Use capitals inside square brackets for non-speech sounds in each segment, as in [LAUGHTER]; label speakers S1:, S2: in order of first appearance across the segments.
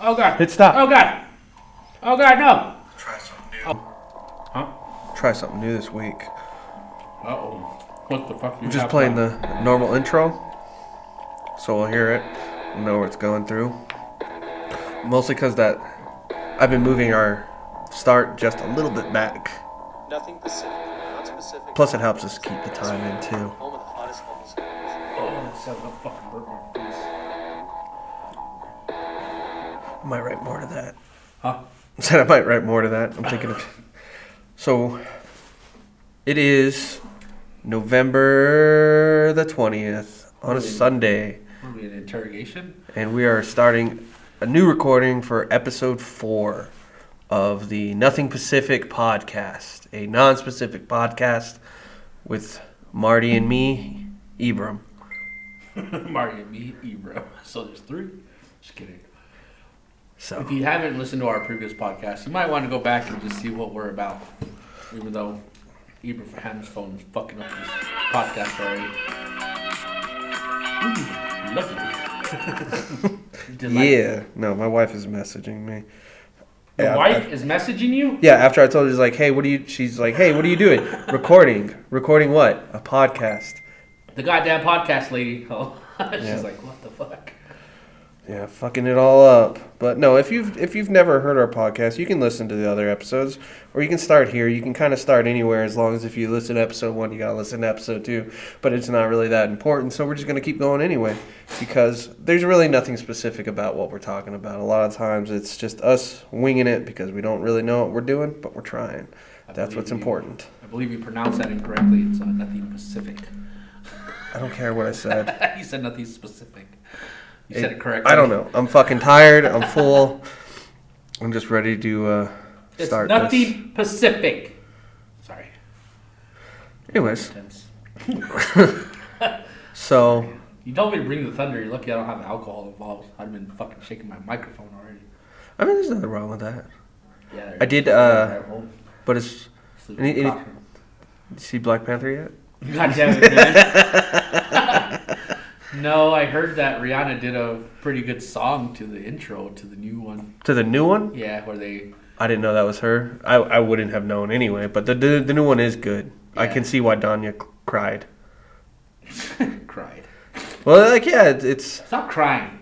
S1: Oh god.
S2: Hit stop.
S1: Oh god. Oh god, no.
S3: Try something new.
S1: Huh?
S3: Try something new this week.
S1: Uh oh. What the fuck? You
S3: I'm just
S1: have
S3: playing
S1: done?
S3: the normal intro, so we'll hear it, know where it's going through. Mostly because that I've been moving our start just a little bit back.
S4: Nothing Pacific, not specific.
S3: Plus, it helps us keep the time in too.
S4: Home of the hottest homeless.
S1: Oh, son of a fucking burnt my face.
S3: I might write more to that.
S1: Huh?
S3: Said [LAUGHS] I might write more to that. I'm thinking of. [LAUGHS] So, it is November the twentieth on a Sunday.
S1: Are we in interrogation? [LAUGHS]
S3: and we are starting a new recording for episode four of the Nothing Pacific podcast, a non-specific podcast with Marty and me, Ibram.
S1: Marty and me, Ebro. [LAUGHS] So there's three. Just kidding.
S3: So
S1: If you haven't listened to our previous podcast, you might want to go back and just see what we're about. Even though Ebro Ham's phone is fucking up this podcast already. Ooh,
S3: [LAUGHS]
S1: lovely. Delightful.
S3: yeah, no, my wife is messaging me.
S1: Your
S3: Yeah,
S1: wife is messaging you?
S3: Yeah, after I told her, she's like, "Hey, what are you?" She's like, "Hey, what are you doing? [LAUGHS] recording? Recording what? A podcast?"
S1: The goddamn podcast lady. [LAUGHS] Oh, she's
S3: Yeah.
S1: like, what the fuck?
S3: Yeah, fucking it all up. But no, if you've if you've never heard our podcast, you can listen to the other episodes, or you can start here. You can kind of start anywhere as long as if you listen to episode one, you gotta listen to episode two. But it's not really that important, so we're just gonna keep going anyway, because there's really nothing specific about what we're talking about. A lot of times, it's just us winging it because we don't really know what we're doing, but we're trying. That's
S1: believe
S3: what's
S1: you.
S3: important.
S1: I believe you pronounced that incorrectly. It's uh, nothing Pacific.
S3: I don't care what I said.
S1: [LAUGHS] you said nothing specific. [LAUGHS] You said it correctly.
S3: I don't know. I'm fucking tired. I'm full. I'm just ready to uh,
S1: It's
S3: start. this.
S1: nothing Pacific. Sorry.
S3: Anyways.
S1: Tense.
S3: So
S1: You told me to bring the thunder. You're lucky I don't have alcohol involved. I've been fucking shaking my microphone already.
S3: I mean, there's nothing wrong with that.
S1: Yeah.
S3: I did, uh, But it's
S1: Sleeping
S3: any- any-
S1: coffin.
S3: you see Black Panther yet?
S1: God damn it, man. [LAUGHS] no, I heard that Rihanna did a pretty good song to the intro to the new one.
S3: To the new one?
S1: Yeah, where they [LAUGHS]
S3: I didn't know that was her. I, I wouldn't have known anyway. But the the, the new one is good. I
S1: Yeah.
S3: can see why Danya c- cried.
S1: cried.
S3: Well, like yeah, it, it's
S1: Stop crying.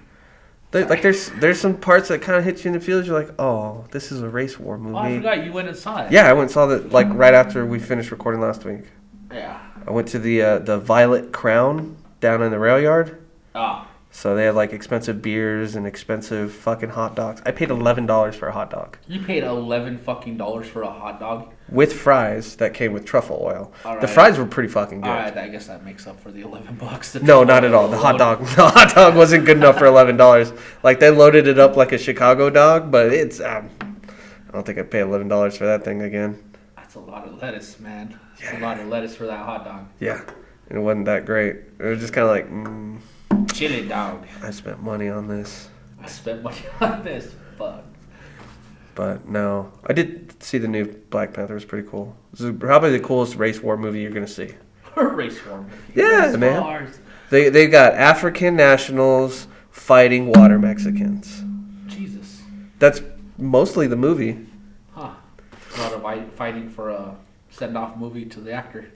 S3: there, like there's there's some parts that kind of hit you in the feels. You're like, oh, this is a race war movie.
S1: Oh, I forgot you went and saw it.
S3: Yeah, I went and saw that like right after we finished recording last week.
S1: Yeah.
S3: I went to the uh, the Violet Crown down in the rail yard.
S1: Ah,
S3: So they had like expensive beers and expensive fucking hot dogs. I paid eleven dollars for a hot dog
S1: you paid eleven fucking dollars for a hot dog.
S3: with fries that came with truffle oil.
S1: All
S3: The
S1: right.
S3: fries were pretty fucking good.
S1: All right, I guess that makes up for the eleven bucks. that-
S3: No, not at all. The hot dog, [LAUGHS] the hot dog wasn't good enough for eleven dollars. Like they loaded it up like a Chicago dog, but it's um, I don't think I'd pay eleven dollars for that thing again.
S1: That's a lot of lettuce, man. That's a lot of lettuce for that hot dog.
S3: Yeah, it wasn't that great. It was just kind of like, mm,
S1: Chili dog.
S3: I spent money on this,
S1: I spent money [LAUGHS] on this. Fuck.
S3: but no, I did see the new Black Panther. It was pretty cool. This is probably the coolest race war movie you're gonna see.
S1: Race war movie.
S3: Yeah,
S1: Race
S3: man.
S1: wars.
S3: They they got African nationals fighting water Mexicans.
S1: Jesus.
S3: That's mostly the movie.
S1: Huh. A lot of fight- fighting for a send off movie to the actor.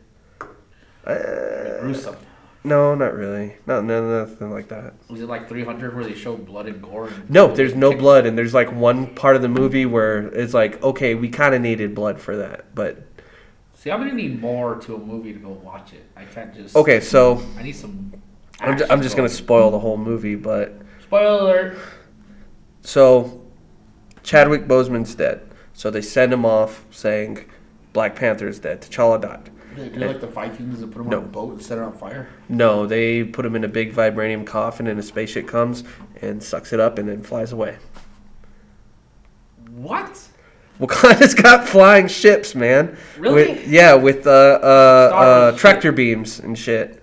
S3: Uh,
S1: Gruesome.
S3: no, not really. Not no, nothing like that.
S1: Was it like 300 where they show blood and gore? And
S3: No, there's no blood, and there's like one part of the movie where it's like, okay, we kind of needed blood for that, but
S1: See, I'm gonna need more to a movie to go watch it. I can't just.
S3: okay. So
S1: I need some.
S3: I'm, ju-
S1: action,
S3: I'm just
S1: bro.
S3: gonna spoil the whole movie, but
S1: Spoiler alert.
S3: so Chadwick Boseman's dead, so they send him off saying Black Panther is dead. T'Challa died.
S1: They do like the Vikings and put them
S3: No.
S1: on a boat and set it on fire.
S3: No, they put him in a big vibranium coffin, and a spaceship comes and sucks it up, and then flies away.
S1: What?
S3: Wakanda's got flying ships, man.
S1: Really?
S3: With, yeah, with uh, uh,
S1: Star
S3: uh,
S1: shit.
S3: tractor beams and shit.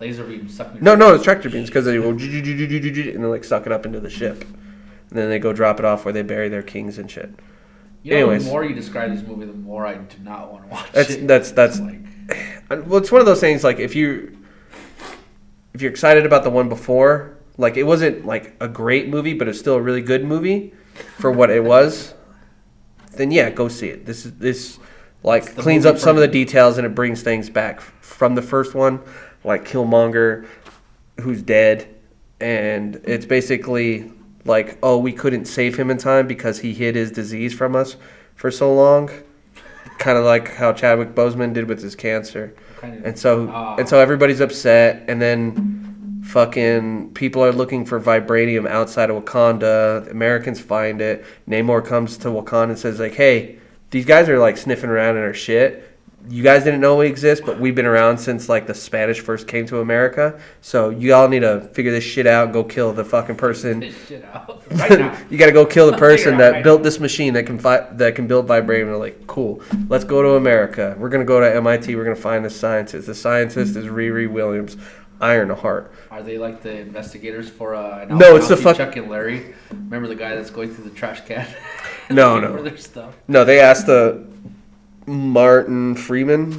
S1: Laser beam sucking.
S3: No, no, it's tractor beams because they go and they like suck it up into the ship, and then they go drop it off where they bury their kings and shit.
S1: You know,
S3: Anyways.
S1: the more you describe this movie, the more I do not want to [LAUGHS] watch
S3: That's-
S1: it.
S3: that's- that's-
S1: It's like
S3: And, Well, it's one of those things like if you if you're excited about the one before, Like it wasn't like a great movie, but it's still a really good movie for what it was. Then yeah, go see it. This is this like
S1: the
S3: cleans
S1: movie
S3: up some of
S1: for-
S3: the details and it brings things back from the first one, like Killmonger, who's dead, and it's basically like oh we couldn't save him in time because he hid his disease from us for so long, kind of like how Chadwick Boseman did with his cancer.
S1: Kind
S3: And so
S1: Ah.
S3: and so everybody's upset and then fucking people are looking for vibranium outside of Wakanda. Americans find it. Namor comes to Wakanda and says like, "Hey, these guys are like sniffing around in our shit. You guys didn't know we exist, but we've been around since like the Spanish first came to America. So you all need to figure this shit out and go kill the fucking
S1: [LAUGHS]
S3: person.
S1: this shit out right
S3: [LAUGHS]
S1: now.
S3: you got to go kill the
S1: Figure it
S3: person
S1: out
S3: that
S1: right
S3: built this machine that can fi- that can build vibranium." They're like, "Cool. Let's go to America. We're gonna go to MIT. We're gonna find the scientist. The scientist is Riri Williams, Ironheart.
S1: Are they like the investigators for uh? an
S3: No, it's the
S1: Alfie,
S3: fuck-
S1: Chuck and Larry. Remember the guy that's going through the trash can? [LAUGHS]
S3: No,
S1: Looking
S3: no.
S1: For their stuff.
S3: No, they asked the Martin Freeman.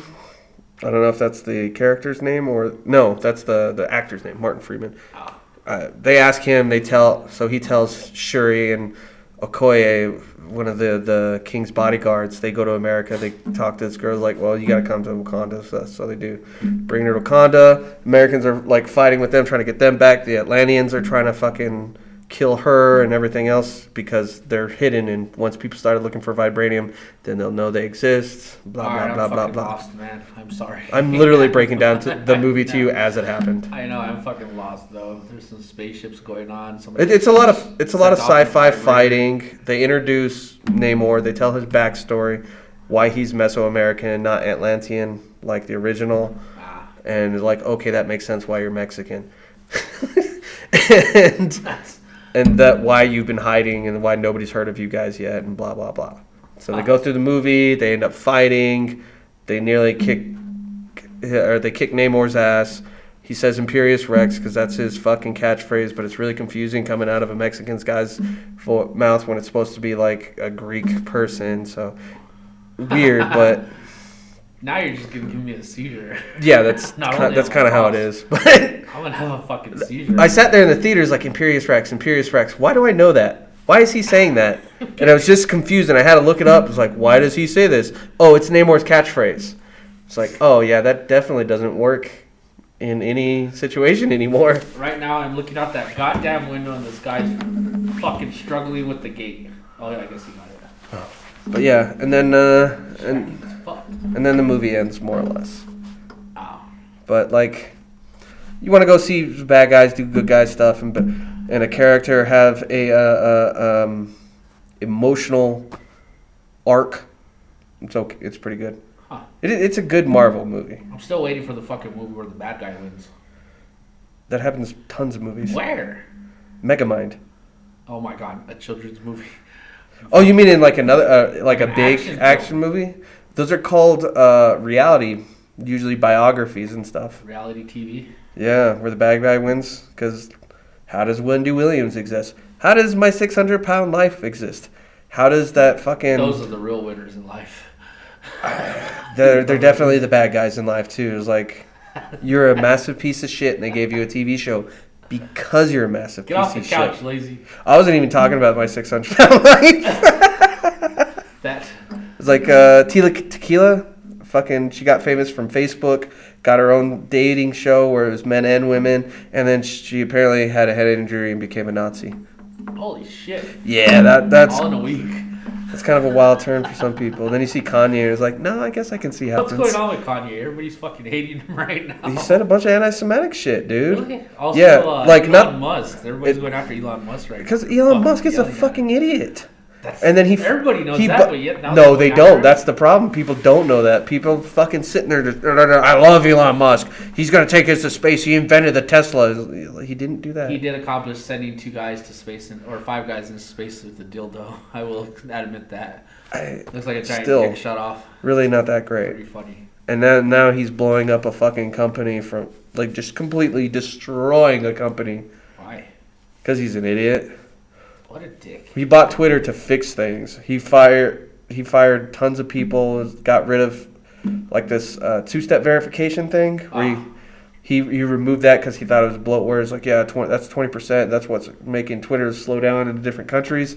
S3: I don't know if that's the character's name or no, that's the the actor's name, Martin Freeman.
S1: Ah.
S3: Uh, they ask him. They tell. So he tells Shuri and Okoye, one of the the king's bodyguards. They go to America. They talk to this girl. Like, well, you got to come to Wakanda. So, so they do. Bring her to Wakanda. Americans are like fighting with them, trying to get them back. The Atlanteans are trying to fucking kill her and everything else because they're hidden. And once people started looking for vibranium, then they'll know they exist. Blah
S1: All
S3: blah
S1: right,
S3: blah
S1: I'm
S3: blah
S1: fucking
S3: blah.
S1: lost, man. I'm sorry.
S3: I'm literally breaking down
S1: [LAUGHS]
S3: to [LAUGHS] the movie to you as it happened.
S1: I know I'm fucking lost though. There's some spaceships going on. Somebody
S3: It, it's a lot of it's a lot of
S1: Sent off
S3: sci-fi
S1: by River.
S3: fighting. They introduce Namor. They tell his backstory, why he's Mesoamerican and not Atlantean like the original,
S1: Ah, [LAUGHS]
S3: and it's like okay, that makes sense why you're Mexican, [LAUGHS] and
S1: that's
S3: and that why you've been hiding and why nobody's heard of you guys yet and blah blah blah. So they go
S1: Ah.
S3: through the movie. They end up fighting. They nearly kick or they kick Namor's ass. He says Imperious Rex because that's his fucking catchphrase, but it's really confusing coming out of a Mexican guy's fo- mouth when it's supposed to be like a Greek person. So weird, but
S1: now you're just gonna give me a seizure. [LAUGHS]
S3: yeah, that's
S1: Not
S3: ki-
S1: only
S3: that's
S1: am I
S3: kind of how it
S1: lost,
S3: is. [LAUGHS] But
S1: I'm gonna have a fucking seizure.
S3: I sat there in the theaters like Imperious Rex, Imperious Rex. Why do I know that? Why is he saying that? And I was just confused, and I had to look it up. It's like, why does he say this? Oh, it's Namor's catchphrase. It's like, oh yeah, that definitely doesn't work in any situation anymore.
S1: Right now, I'm looking out that goddamn window, and this guy's fucking struggling with the gate. Oh yeah, I guess he got it.
S3: But yeah, and then uh, and
S1: It's fucked. Ah.
S3: and then the movie ends more or less.
S1: Ow.
S3: But like, you want to go see bad guys do good guy stuff, and but and a character have a uh, uh, um, emotional arc. It's okay. It's pretty good.
S1: Huh.
S3: It, it's a good Marvel movie.
S1: I'm still waiting for the fucking movie where the bad guy wins.
S3: That happens tons of movies.
S1: Where?
S3: Megamind.
S1: Oh my god, a children's movie.
S3: Oh, you mean in like another uh, like a
S1: An
S3: big
S1: action
S3: action,
S1: film.
S3: movie? Those are called uh, reality, usually biographies and stuff.
S1: Reality TV.
S3: Yeah, where the bad guy wins. Because how does Wendy Williams exist? How does my 600 pound life exist? How does that fucking.
S1: Those are the real winners in life.
S3: they're,
S1: [LAUGHS]
S3: they're definitely the bad guys in life, too. It's like, you're a massive piece of shit, and they gave you a TV show because you're a massive
S1: Get
S3: piece
S1: off the
S3: of
S1: couch,
S3: shit.
S1: lazy.
S3: I wasn't even talking about my 600 pound [LAUGHS] life.
S1: That.
S3: It's like uh, Tila Tequila. Fucking, she got famous from Facebook. Got her own dating show where it was men and women, and then she apparently had a head injury and became a Nazi.
S1: Holy shit.
S3: Yeah, that that's
S1: All in a week.
S3: that's kind of a wild turn for some people. Then you see Kanye, and it's like, no, I guess I can see how.
S1: What's going on with Kanye? Everybody's fucking hating him [LAUGHS] right now.
S3: He said a bunch of anti-Semitic shit, dude.
S1: Really? Also,
S3: Yeah,
S1: uh,
S3: like,
S1: Elon
S3: not-
S1: Musk. Everybody's
S3: it-
S1: going after Elon Musk right now.
S3: Because Elon
S1: Fucking
S3: Musk is a
S1: yelling at him.
S3: fucking idiot.
S1: That's-
S3: And then he f-
S1: Oh, Everybody knows
S3: he
S1: that,
S3: bu-
S1: but yet now
S3: no,
S1: they're
S3: they
S1: going
S3: don't.
S1: after
S3: That's the problem. People don't know that. People fucking sitting there. Just, "No, no, no, I love Elon Musk. He's gonna take us to space. He invented the Tesla. He didn't do that.
S1: He did accomplish sending two guys to space, in, or five guys into space with a dildo. [LAUGHS] I will admit that.
S3: I-
S1: Looks like a giant
S3: Still.
S1: dick shot off.
S3: really not that great.
S1: Pretty funny.
S3: And now now he's blowing up a fucking company from like just completely destroying a company
S1: Why?
S3: because he's an idiot.
S1: What a dick.
S3: He bought Twitter to fix things. He fired he fired tons of people. Got rid of like this uh, two step verification thing where you, He, he removed that because he thought it was bloatware. It's like, yeah, 20, that's 20%. That's what's making Twitter slow down in different countries.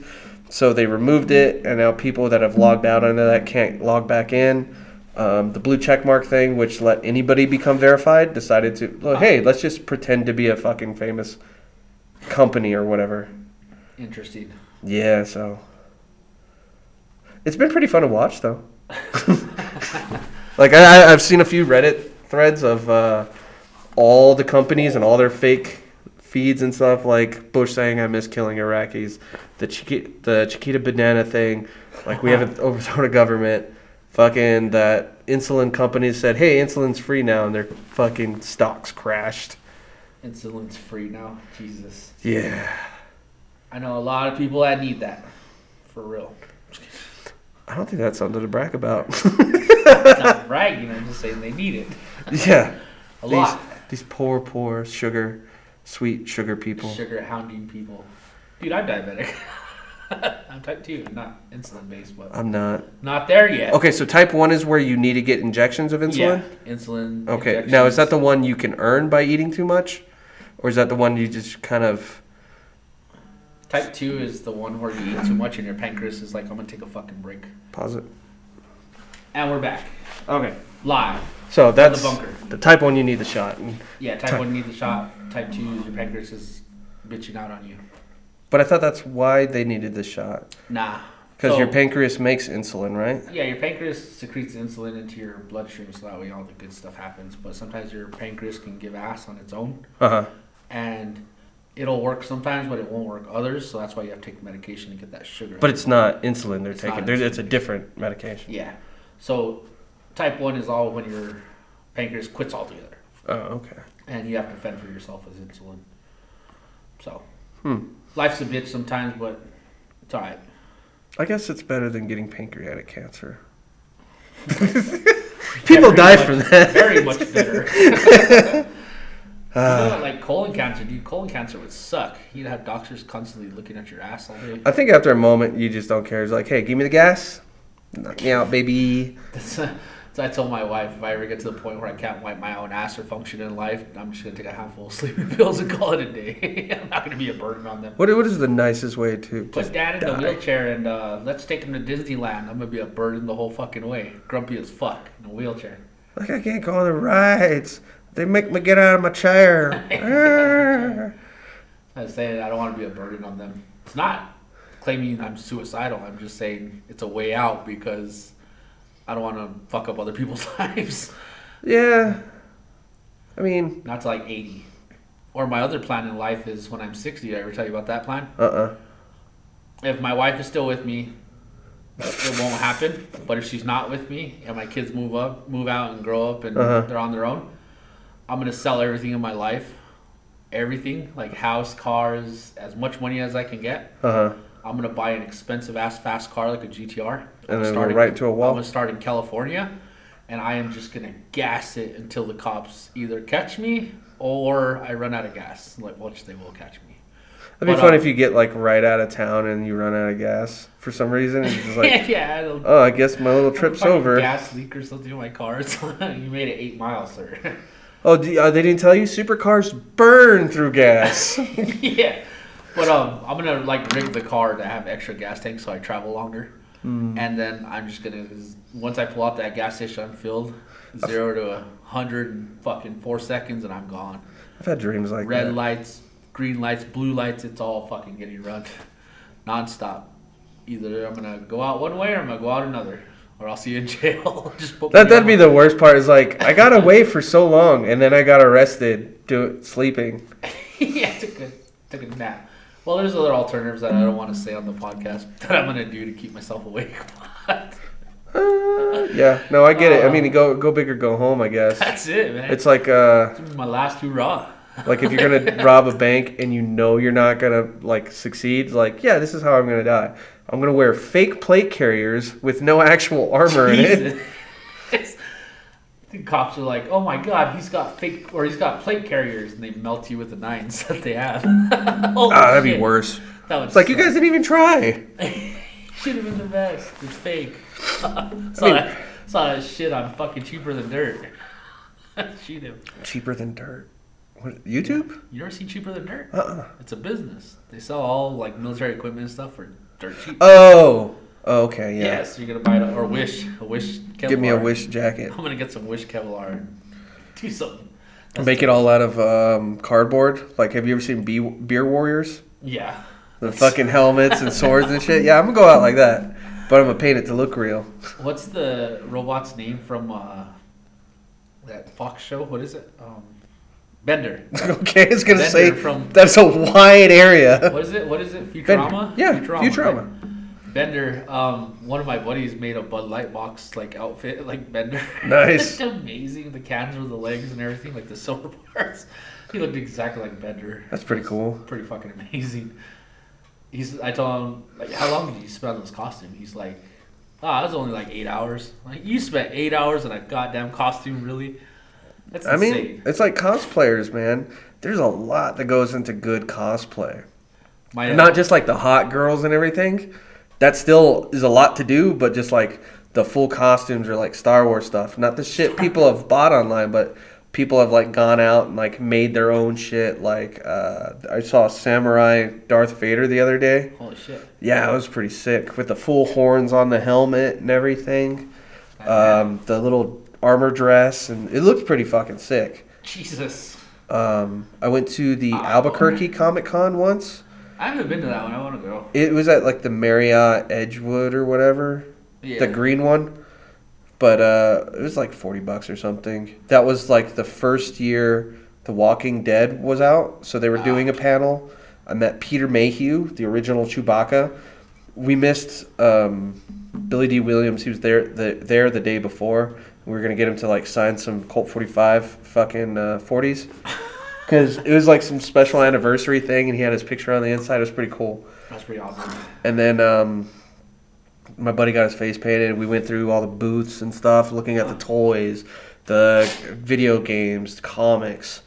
S3: So they removed it, and now people that have logged out under that can't log back in. Um, the blue check mark thing, which let anybody become verified, decided to, well, hey, let's just pretend to be a fucking famous company or whatever.
S1: Interesting.
S3: Yeah, so. It's been pretty fun to watch, though. like, I, I- I've seen a few Reddit threads of uh, all the companies and all their fake feeds and stuff, like Bush saying, I miss killing Iraqis, the Chiquita, the Chiquita banana thing, like, we haven't overthrown a government. Fucking that insulin company said, hey, insulin's free now, and their fucking stocks crashed.
S1: Insulin's free now. Jesus.
S3: Yeah.
S1: I know a lot of people that need that. For real.
S3: I don't think that's something to brag about. [LAUGHS]
S1: It's not [LAUGHS] bragging, I'm just saying they need it.
S3: yeah.
S1: A
S3: these,
S1: lot.
S3: These poor, poor sugar, sweet sugar people.
S1: Sugar hounding people. Dude, I'm [LAUGHS] diabetic. I'm type 2, not insulin based, but
S3: I'm not.
S1: not there yet.
S3: Okay, so type 1 is where you need to get injections of Oh, insulin?
S1: Yeah, insulin.
S3: Okay, now is that
S1: injections.
S3: the one you can earn by eating too much? Or is that the one you just kind of.
S1: Type 2 is the one where you eat too much and your pancreas is like, I'm gonna take a fucking break.
S3: Pause it.
S1: And we're back.
S3: Okay.
S1: Live.
S3: So that's.
S1: bunker.
S3: The type 1 you need the shot. And-
S1: Yeah, type 1 need the shot. Type 2 is your pancreas is bitching out on you.
S3: But I thought that's why they needed the shot.
S1: Nah.
S3: Because
S1: So-
S3: your pancreas makes insulin, right?
S1: Yeah, your pancreas secretes insulin into your bloodstream, so that way all the good stuff happens. But sometimes your pancreas can give ass on its own,
S3: Uh huh.
S1: and it'll work sometimes, but it won't work others. So that's why you have to take medication to get that sugar.
S3: But it's not insulin they're
S1: It's not
S3: taking. There's It's a
S1: insulin.
S3: different medication.
S1: yeah, so type one is all when your pancreas quits altogether,
S3: Oh, okay.
S1: and you have to fend for yourself with insulin. So
S3: Hmm.
S1: life's a bitch sometimes, but it's all right.
S3: I guess it's better than getting pancreatic cancer. People die
S1: much,
S3: from that.
S1: Very
S3: [LAUGHS]
S1: much better. You
S3: Uh,
S1: know, like colon cancer, dude. Colon cancer would suck. You'd have doctors constantly looking at your ass all day.
S3: I think after a moment, you just don't care. It's like, hey, give me the gas. Knock me out, baby.
S1: That's, so I told my wife, if I ever get to the point where I can't wipe my own ass or function in life, I'm just gonna take a handful of [LAUGHS] sleeping pills and call it a day. [LAUGHS] I'm not gonna be a burden on them.
S3: What, what is the nicest way to
S1: Put
S3: just
S1: dad in the
S3: die?
S1: wheelchair and uh, let's take him to Disneyland. I'm gonna be a burden the whole fucking way. Grumpy as fuck in a wheelchair.
S3: Like, I can't go on the rides. They make me get out of my chair. Ah,
S1: I was saying I don't want to be a burden on them. It's not claiming I'm suicidal. I'm just saying it's a way out because I don't want to fuck up other people's [LAUGHS] lives.
S3: Ah. yeah. I mean,
S1: Not to like 80. Or my other plan in life is when I'm 60. Did I ever tell you about that plan?
S3: uh uh
S1: If my wife is still with me, it won't happen. But if she's not with me and my kids move up, move out, and grow up, and
S3: Uh-huh.
S1: they're on their own, I'm gonna sell everything in my life, everything like house, cars, as much money as I can get.
S3: Uh huh.
S1: I'm gonna buy an expensive ass fast car like a GTR.
S3: And
S1: I'm
S3: then
S1: starting-
S3: right to a wall.
S1: I'm gonna start in California, and I am just gonna gas it until the cops either catch me or I run out of gas. Like, which they will catch me.
S3: That'd
S1: But,
S3: be fun
S1: uh,
S3: if you get like right out of town and you run out of gas for some reason. And you're
S1: [LAUGHS]
S3: just like,
S1: yeah, it'll,
S3: oh, I guess my little trip's
S1: fucking
S3: over.
S1: Gas leak or something in my car. [LAUGHS] It's like, you made it eight miles, sir. [LAUGHS]
S3: Oh, do, uh, they didn't tell you supercars burn through gas.
S1: yeah, but um, I'm gonna like rig the car to have extra gas tanks so I travel longer.
S3: Mm.
S1: And then I'm just gonna once I pull out that gas station, I'm filled zero to a hundred in fucking four seconds, and I'm gone.
S3: I've had dreams like
S1: Red
S3: that.
S1: lights, green lights, blue lights. It's all fucking getting run, [LAUGHS] nonstop. Either I'm gonna go out one way or I'm gonna go out another, or I'll see you in jail. [LAUGHS] just put
S3: That
S1: me
S3: that'd
S1: on
S3: be
S1: my-
S3: the worst part. Is like I got away for so long, and then I got arrested do sleeping.
S1: [LAUGHS] yeah, I took a took a nap. Well, there's other alternatives that I don't want to say on the podcast [LAUGHS] that I'm gonna do to keep myself awake. [LAUGHS] But
S3: Uh, yeah, no, I get it. I mean, go go big or go home. I guess
S1: That's it, man.
S3: it's like uh,
S1: This is my last hurrah.
S3: like if you're gonna rob a bank and you know you're not gonna like succeed. Like yeah, this is how I'm gonna die. I'm gonna wear fake plate carriers with no actual armor in
S1: [LAUGHS]
S3: it.
S1: Jesus. The cops are like, "Oh my God, he's got fake or he's got plate carriers," and they melt you with the nines [LAUGHS] that they have. oh,
S3: Ah, that'd be worse.
S1: That would
S3: It's like you guys didn't even try.
S1: should have been the best. It's fake. [LAUGHS] saw,
S3: mean-
S1: that, saw that shit on fucking cheaper than dirt. [LAUGHS] Shoot him.
S3: Cheaper than dirt. What, YouTube?
S1: You never see cheaper than dirt.
S3: Uh uh
S1: It's a business. They sell all like military equipment and stuff for dirt cheap.
S3: Oh. oh, okay, yeah.
S1: Yes, you're gonna buy it or wish a wish. Kevlar.
S3: Give me a wish jacket.
S1: I'm gonna get some wish Kevlar [LAUGHS] and do something. [LAUGHS] That's-
S3: Make it all out of um, cardboard. Like, have you ever seen Bee- Beer Warriors?
S1: Yeah.
S3: The
S1: [LAUGHS]
S3: fucking helmets and swords and shit. Yeah, I'm gonna go out like that, but I'm gonna paint it to look real. [LAUGHS]
S1: What's the robot's name from uh, that Fox show? What is it? Um, Bender.
S3: okay, it's gonna
S1: Bender
S3: say
S1: from-
S3: that's a wide area.
S1: What is it? What is it?
S3: Bender.
S1: Futurama.
S3: Yeah, Futurama.
S1: right. Bender. Um, one of my buddies made a Bud Light box like outfit, like Bender.
S3: Nice.
S1: [LAUGHS] it's amazing. The cans with the legs and everything, like the silver [LAUGHS] parts. He looked exactly like Bender.
S3: That's pretty cool.
S1: Pretty fucking amazing. He's. I told him like, how long did you spend on this costume? He's like, ah, it was only like eight hours. Like you spent eight hours on a goddamn costume, really? That's
S3: I mean,
S1: insane.
S3: it's like cosplayers, man. There's a lot that goes into good cosplay.
S1: My, uh,
S3: And not just like the hot girls and everything. That still is a lot to do, but just like the full costumes or like Star Wars stuff. Not the shit people have bought online, but people have like gone out and like made their own shit. Like uh, I saw Samurai Darth Vader the other day.
S1: holy shit.
S3: Yeah, it was pretty sick with the full horns on the helmet and everything. Um, the little armor dress and it looked pretty fucking sick.
S1: Jesus.
S3: Um, I went to the Albuquerque Comic Con once.
S1: I haven't been to that one. I want to go.
S3: It was at like the Marriott Edgewood or whatever,
S1: Yeah.
S3: the green one. But uh, it was like forty bucks or something. That was like the first year The Walking Dead was out, so they were doing a panel. I met Peter Mayhew, the original Chewbacca. We missed um, Billy D. Williams. He was there the, there the day before. We were gonna get him to like sign some Colt forty five fucking uh, 40s because it was like some special anniversary thing, and he had his picture on the inside. It was pretty cool.
S1: That's pretty awesome.
S3: And then um, my buddy got his face painted. We went through all the booths and stuff, looking at the toys, the video games, comics,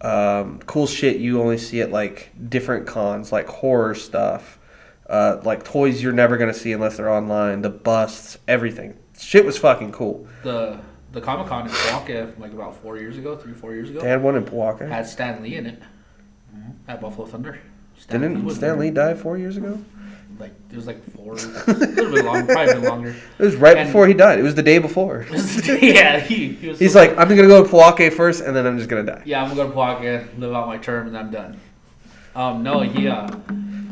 S3: um, cool shit you only see at like different cons, like horror stuff, uh, like toys you're never gonna see unless they're online. The busts, everything. Shit was fucking cool.
S1: The the Comic Con in Milwaukee, like about four years ago, three four years ago,
S3: They had one in Pawaka.
S1: had Stan Lee in it at Buffalo Thunder. Stan Lee
S3: Mm-hmm. Didn't
S1: was
S3: Stan
S1: there.
S3: Lee die four years ago?
S1: Like it was like
S3: [LAUGHS]
S1: four, a little bit longer, probably been longer. [LAUGHS]
S3: It was right
S1: And-
S3: before he died. It was the
S1: [LAUGHS]
S3: day before.
S1: yeah, he, he was.
S3: He's
S1: so-
S3: like, I'm gonna go to Pawake first, and then I'm just gonna die.
S1: yeah, I'm gonna Milwaukee, live out my term, and I'm done. Um, no, he uh,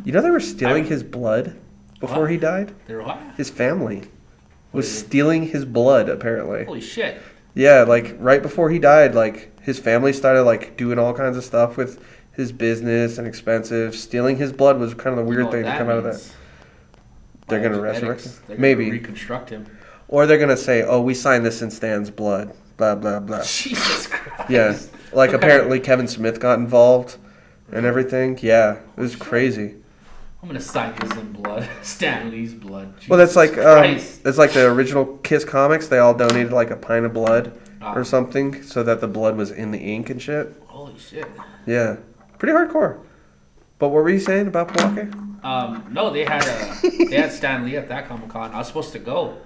S3: You know they were stealing
S1: I-
S3: his blood before
S1: What?
S3: he died?
S1: they were "Ah, what?
S3: His family was
S1: Really?
S3: stealing his blood apparently.
S1: Holy shit!
S3: Yeah, like right before he died, like his family started like doing all kinds of stuff with his business and expensive. Stealing his blood was kind of the
S1: You know
S3: weird
S1: what
S3: thing to
S1: that
S3: come out of that.
S1: means.
S3: They're gonna
S1: Genetics,
S3: resurrect him?
S1: they're gonna
S3: Maybe.
S1: reconstruct him.
S3: Or they're gonna say, "Oh, we signed this in Stan's blood." Blah blah blah.
S1: [LAUGHS] Jesus Christ.
S3: Uh, Yeah, like apparently Kevin Smith got involved and everything. Yeah, it was crazy.
S1: I'm gonna sign this in blood. [LAUGHS] Stan Lee's blood.
S3: Well, that's
S1: Jesus
S3: like um,
S1: Christ.
S3: it's like the original Kiss comics. They all donated like a pint of blood
S1: Ah.
S3: or something, so that the blood was in the ink and shit.
S1: Holy shit.
S3: Yeah, pretty hardcore. But what were you saying about Palaka?
S1: Um, no, they had a, they had Stan Lee at that Comic Con. I was supposed to go,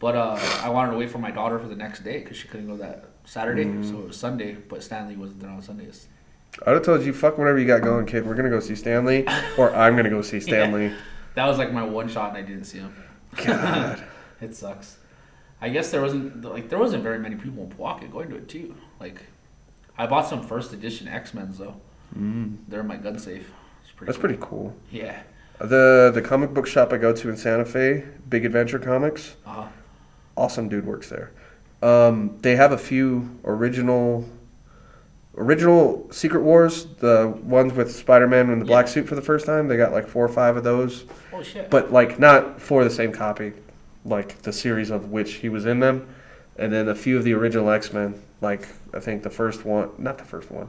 S1: but uh, I wanted to wait for my daughter for the next day because she couldn't go that Saturday,
S3: Mm.
S1: so it was Sunday. But Stan Lee wasn't there on Sundays.
S3: I'd have told you, fuck whatever you got going, kid. We're gonna go see Stanley, or I'm gonna go see Stanley.
S1: That was like my one shot, and I didn't see him.
S3: God,
S1: [LAUGHS] It sucks. I guess there wasn't like there wasn't very many people in Pawtucket going to it too. Like, I bought some first edition X Men's though. Mm. They're in my gun safe. It's pretty.
S3: that's
S1: cool.
S3: pretty cool.
S1: Yeah.
S3: The the comic book shop I go to in Santa Fe, Big Adventure Comics.
S1: Uh,
S3: awesome dude works there. Um, they have a few original, original Secret Wars, the ones with Spider Man in the black
S1: Yeah.
S3: suit for the first time. They got like four or five of those,
S1: oh shit.
S3: but like not for the same copy, like the series of which he was in them, and then a few of the original X Men. Like I think the first one, not the first one,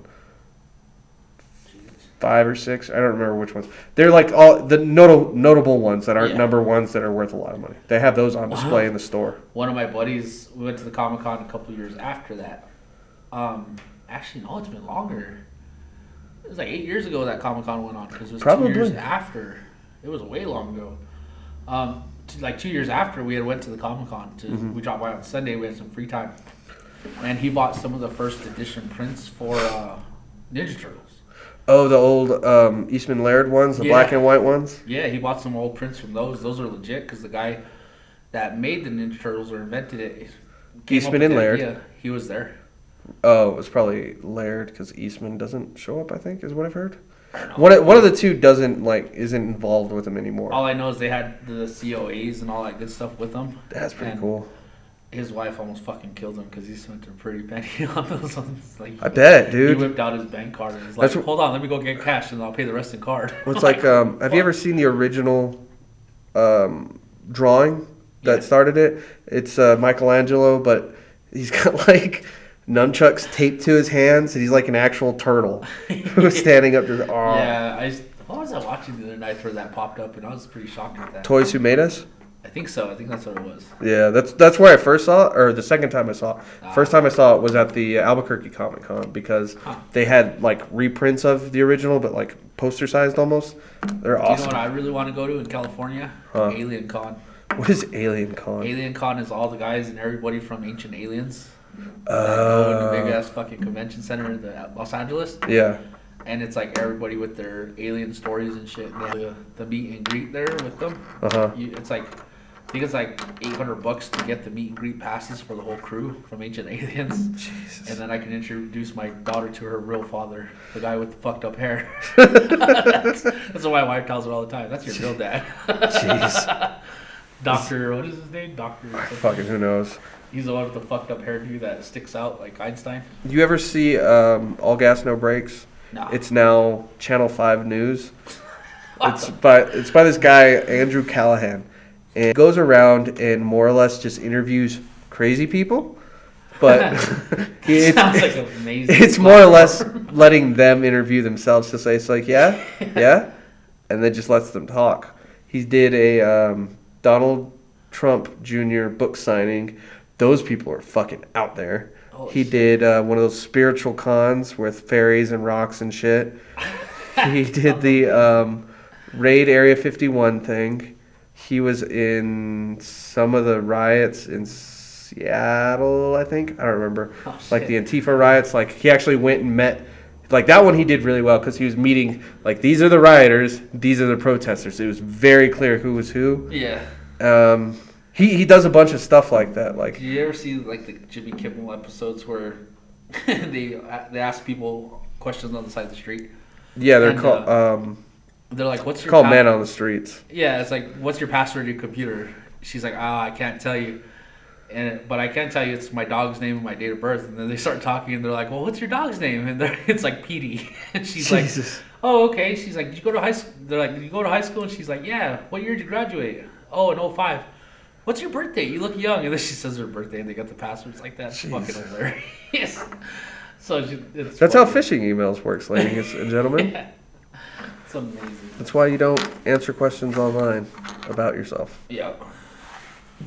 S1: Jeez.
S3: five or six. I don't remember which ones. They're like all the notable notable ones that aren't
S1: Yeah.
S3: number ones that are worth a lot of money. They have those on display in the store.
S1: one of my buddies we went to the Comic Con a couple years after that. Um, actually, no, it's been longer. It was like eight years ago that Comic Con went on because it was
S3: Probably.
S1: two years after. It was way long ago. Um, t- like two years after we had went to the Comic Con, to we dropped by on Sunday. We had some free time, and he bought some of the first edition prints for uh, Ninja Turtles.
S3: Oh, the old um, Eastman Laird ones, the
S1: Yeah.
S3: black and white ones.
S1: Yeah, he bought some old prints from those. Those are legit because the guy that made the Ninja Turtles or invented it, came
S3: Eastman
S1: up with
S3: and
S1: the
S3: Laird.
S1: idea. He was there.
S3: Oh, it's probably Laird because Eastman doesn't show up. I think is what I've heard. One of, one of the two doesn't like isn't involved with them anymore.
S1: All I know is they had the COAs and all that good stuff with them.
S3: That's pretty
S1: And
S3: cool.
S1: His wife almost fucking killed him because he spent a pretty penny [LAUGHS] on those ones. Like,
S3: I bet,
S1: He
S3: dude.
S1: whipped out his bank card and was like,
S3: That's wh-
S1: "Hold on, let me go get cash and I'll pay the rest in card."
S3: It's like, um, have you
S1: [LAUGHS]
S3: ever seen the original um, drawing that
S1: Yeah.
S3: started it? It's uh, Michelangelo, but he's [LAUGHS] got like nunchucks taped to his hands, and he's like an
S1: [LAUGHS]
S3: actual turtle [LAUGHS] who's standing up to. the Oh.
S1: Yeah, I s- what was I watching the other night where that popped up and I was pretty shocked at that.
S3: Toys Who Made Us.
S1: I think so. I think that's what it was.
S3: Yeah, that's that's where I first saw it, or the second time I saw it.
S1: Ah.
S3: First time I saw it was at the Albuquerque Comic Con because they had like reprints of the original, but like poster sized almost. They're
S1: You know
S3: awesome.
S1: what I really want to go to in California? Alien Con.
S3: what is Alien Con?
S1: Alien Con is all the guys and everybody from Ancient Aliens. that go in the big
S3: Uh.
S1: ass fucking convention center in the, uh, Los Angeles,
S3: Yeah.
S1: and it's like everybody with their alien stories and shit. And they have the, the meet and greet there with them.
S3: Uh-huh.
S1: You, it's like I think it's like eight hundred bucks to get the meet and greet passes for the whole crew from Ancient Aliens.
S3: Jesus.
S1: And then I can introduce my daughter to her real father, the guy with the fucked up [LAUGHS] hair. that's, that's what my wife tells her all the time. That's your real dad.
S3: Jeez.
S1: [LAUGHS] Doctor, what is his name? Doctor. something.
S3: Fucking who knows.
S1: He's the one with the fucked up hairdo that sticks out like Einstein.
S3: You ever see um, All Gas No Breaks?
S1: Nah. [LAUGHS]
S3: It's now Channel Five News. It's by it's by this guy Andrew Callahan, and he goes around and more or less just interviews crazy people,
S1: [LAUGHS]
S3: but [LAUGHS] he-
S1: It
S3: it's,
S1: sounds like amazing.
S3: it's more or less letting them interview themselves to say it's
S1: [LAUGHS]
S3: like yeah, yeah, and then just lets them talk. He did a um, Donald Trump Jr. book signing. Those people are fucking out there.
S1: Holy
S3: he
S1: shit.
S3: did uh, one of those spiritual cons with fairies and rocks and shit he did the um, raid Area 51 thing. He was in some of the riots in Seattle, I think. I don't remember.
S1: Oh,
S3: like the
S1: shit.
S3: Antifa riots. Like he actually went and met. Like that one, he did really well because he was meeting. Like these are the rioters, these are the protesters. It was very clear who was who.
S1: Yeah.
S3: Um, he he does a bunch of stuff like that. Like
S1: Did you ever see like the Jimmy Kimmel episodes where [LAUGHS] they they ask people questions on the side of the street?
S3: yeah, they're
S1: And,
S3: called
S1: uh,
S3: um,
S1: They're like, "What's your
S3: called
S1: pa-
S3: man on the streets.
S1: Yeah, it's like, "What's your password to your computer?" She's like, "Ah, I can't tell you." And but I can tell you it's my dog's name and my date of birth. And then they start talking and they're like, "Well, what's your dog's name?" And they're, [LAUGHS] it's like Petey. And she's
S3: Jesus.
S1: like, "Oh, okay." She's like, "Did you go to high school?" They're like, "Did you go to high school?" And she's like, "Yeah." What year did you graduate? Oh, in 05. What's your birthday? You look young. And then she says her birthday, and they got the passwords like that. It's fucking
S3: Jesus.
S1: hilarious. [LAUGHS] so she, it's
S3: That's how
S1: funny.
S3: phishing emails works, ladies and gentlemen.
S1: Yeah. It's amazing.
S3: That's why you don't answer questions online about yourself.
S1: Yeah,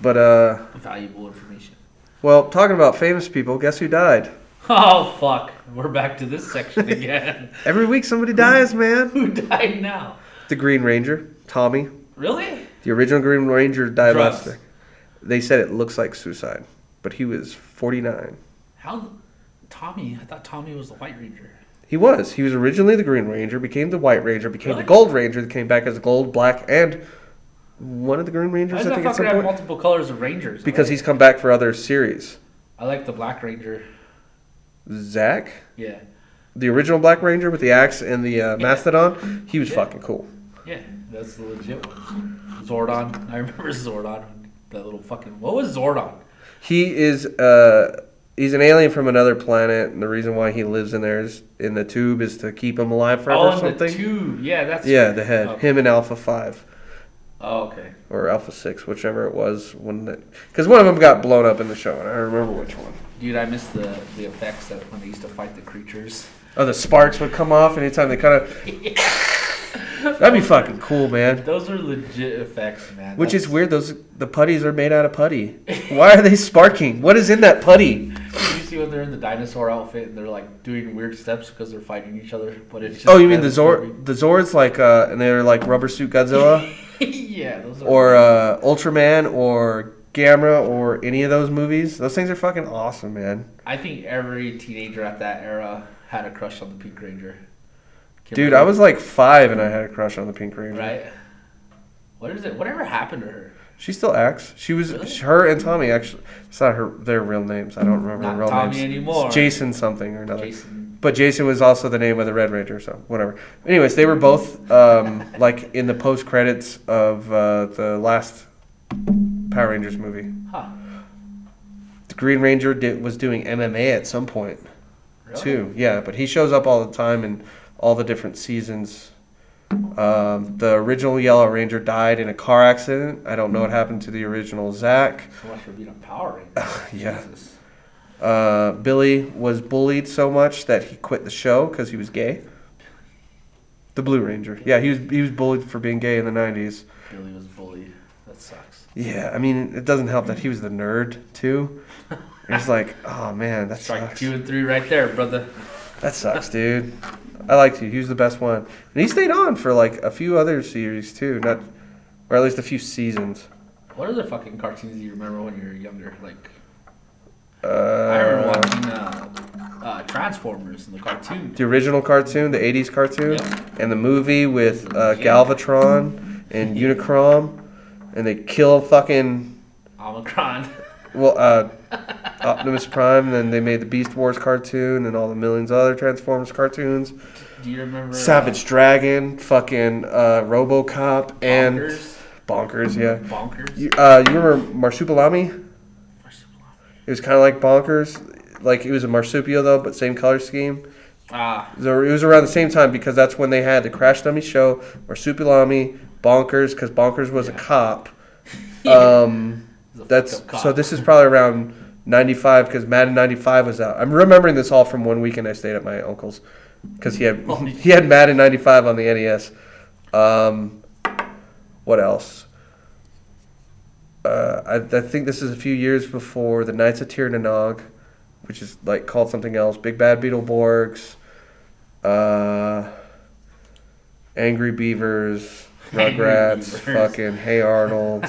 S3: But uh
S1: valuable information.
S3: well, talking about famous people, guess who died?
S1: [LAUGHS] Oh fuck! We're back to this section
S3: [LAUGHS]
S1: again. [LAUGHS]
S3: Every week somebody dies, man.
S1: Who died now?
S3: The Green Ranger, Tommy.
S1: Really?
S3: The original Green Ranger died last
S1: Drugs.
S3: night. They said it looks like suicide, but he was 49.
S1: How? Tommy? I thought Tommy was the White Ranger.
S3: He was. He was originally the Green Ranger, became the White Ranger, became
S1: Really?
S3: the Gold Ranger, that came back as gold, black, and one of the Green
S1: Why
S3: Rangers,
S1: does
S3: I
S1: that
S3: think, at
S1: fucker
S3: some
S1: have
S3: point.
S1: multiple colors of Rangers?
S3: Because
S1: I like,
S3: he's come back for other series.
S1: I like the Black Ranger.
S3: Zach?
S1: Yeah,
S3: the original Black Ranger with the axe and the uh, mastodon, he was
S1: Yeah.
S3: fucking cool.
S1: yeah, that's the legit one. Zordon. I remember [LAUGHS] Zordon. That little fucking. What was Zordon?
S3: He is uh, he's an alien from another planet, and the reason why he lives in there is in the tube is to keep him alive forever
S1: oh,
S3: or
S1: and
S3: something.
S1: the tube. Yeah, that's.
S3: yeah, the head.
S1: Oh,
S3: Him and Alpha Five
S1: oh, okay.
S3: or Alpha Six, whichever it was, when because one of them got blown up in the show, and I don't remember which one.
S1: Dude, I miss the the effects that when they used to fight the creatures.
S3: Oh, the sparks would come off anytime
S1: [LAUGHS]
S3: they kind of. That'd be fucking cool, man.
S1: Those are legit effects, man.
S3: Which
S1: That's-
S3: is weird. Those the putties are made out of putty. Why are they sparking? What is in that putty?
S1: Did you see when they're in the dinosaur outfit and they're like doing weird steps because they're fighting each other? But it's just
S3: Oh, you mean the
S1: them
S3: Zord? The Zords
S1: [LAUGHS]
S3: like, uh, and they're like rubber suit Godzilla
S1: filming- yeah, those are.
S3: or uh, Ultraman or Gamera or any of those movies. Those things are fucking awesome, man.
S1: I think every teenager at that era had a crush on the Pink Ranger.
S3: Dude, I was like five and I had a crush on the Pink Ranger.
S1: right. What is it? Whatever happened to her?
S3: She still acts. She was
S1: Really?
S3: her and Tommy actually. It's not her. Their real names. I don't remember
S1: Not
S3: their real
S1: Tommy
S3: names. It's
S1: anymore.
S3: Jason something or another.
S1: Jason.
S3: But Jason was also the name of the Red Ranger, so whatever. Anyways, they were both um, [LAUGHS] like in the post credits of uh, the last Power Rangers movie.
S1: Huh.
S3: The Green Ranger did, was doing MMA at some point
S1: Really?
S3: too. Yeah, but he shows up all the time in all the different seasons. Um, the original Yellow Ranger died in a car accident. I don't know what happened to the original Zach.
S1: So much for being a Power Ranger.
S3: [LAUGHS] Yeah.
S1: Jesus.
S3: Uh, Billy was bullied so much that he quit the show because he was gay. The Blue Ranger. Yeah, he was he was bullied for being gay in the '90s.
S1: Billy was bullied. That sucks.
S3: Yeah, I mean it doesn't help that he was the nerd too. It's like, oh man, that
S1: Strike
S3: sucks.
S1: two and three right there, brother.
S3: That sucks, dude. I liked you. He was the best one, and he stayed on for like a few other series too, not or at least a few seasons.
S1: What other fucking cartoons do you remember when you were younger? Like
S3: Uh,
S1: I remember watching uh, uh, Transformers in the cartoon.
S3: the original cartoon, the '80s cartoon,
S1: Yep.
S3: and the movie with uh,
S1: Yeah.
S3: Galvatron
S1: [LAUGHS]
S3: and Unicron, and they kill fucking
S1: Omicron. [LAUGHS]
S3: well uh, Optimus Prime. And then they made the Beast Wars cartoon and all the millions of other Transformers cartoons,
S1: do you remember? uh,
S3: Savage Dragon, fucking uh, RoboCop, and
S1: Bonkers?
S3: Bonkers. Yeah,
S1: Bonkers.
S3: you, uh, you remember Marsupilami? It was kind of like Bonkers, like it was a marsupial though, but same color scheme.
S1: Ah,
S3: So it was around the same time because that's when they had the Crash Dummy Show, Marsupilami, Bonkers, because Bonkers was a
S1: [LAUGHS]
S3: cop. Um,
S1: He's a
S3: that's
S1: fucked up
S3: so.
S1: cop.
S3: This is probably around '95 because Madden '95 was out. I'm remembering this all from one weekend I stayed at my uncle's because he had
S1: Holy
S3: he had Madden '95 on the NES. Um, what else? Uh, I, I think this is a few years before the Knights of Tir Nanog, which is like called something else. Big Bad Beetleborgs, uh, Angry Beavers,
S1: Angry
S3: Rugrats,
S1: Beavers.
S3: fucking
S1: [LAUGHS]
S3: Hey Arnold,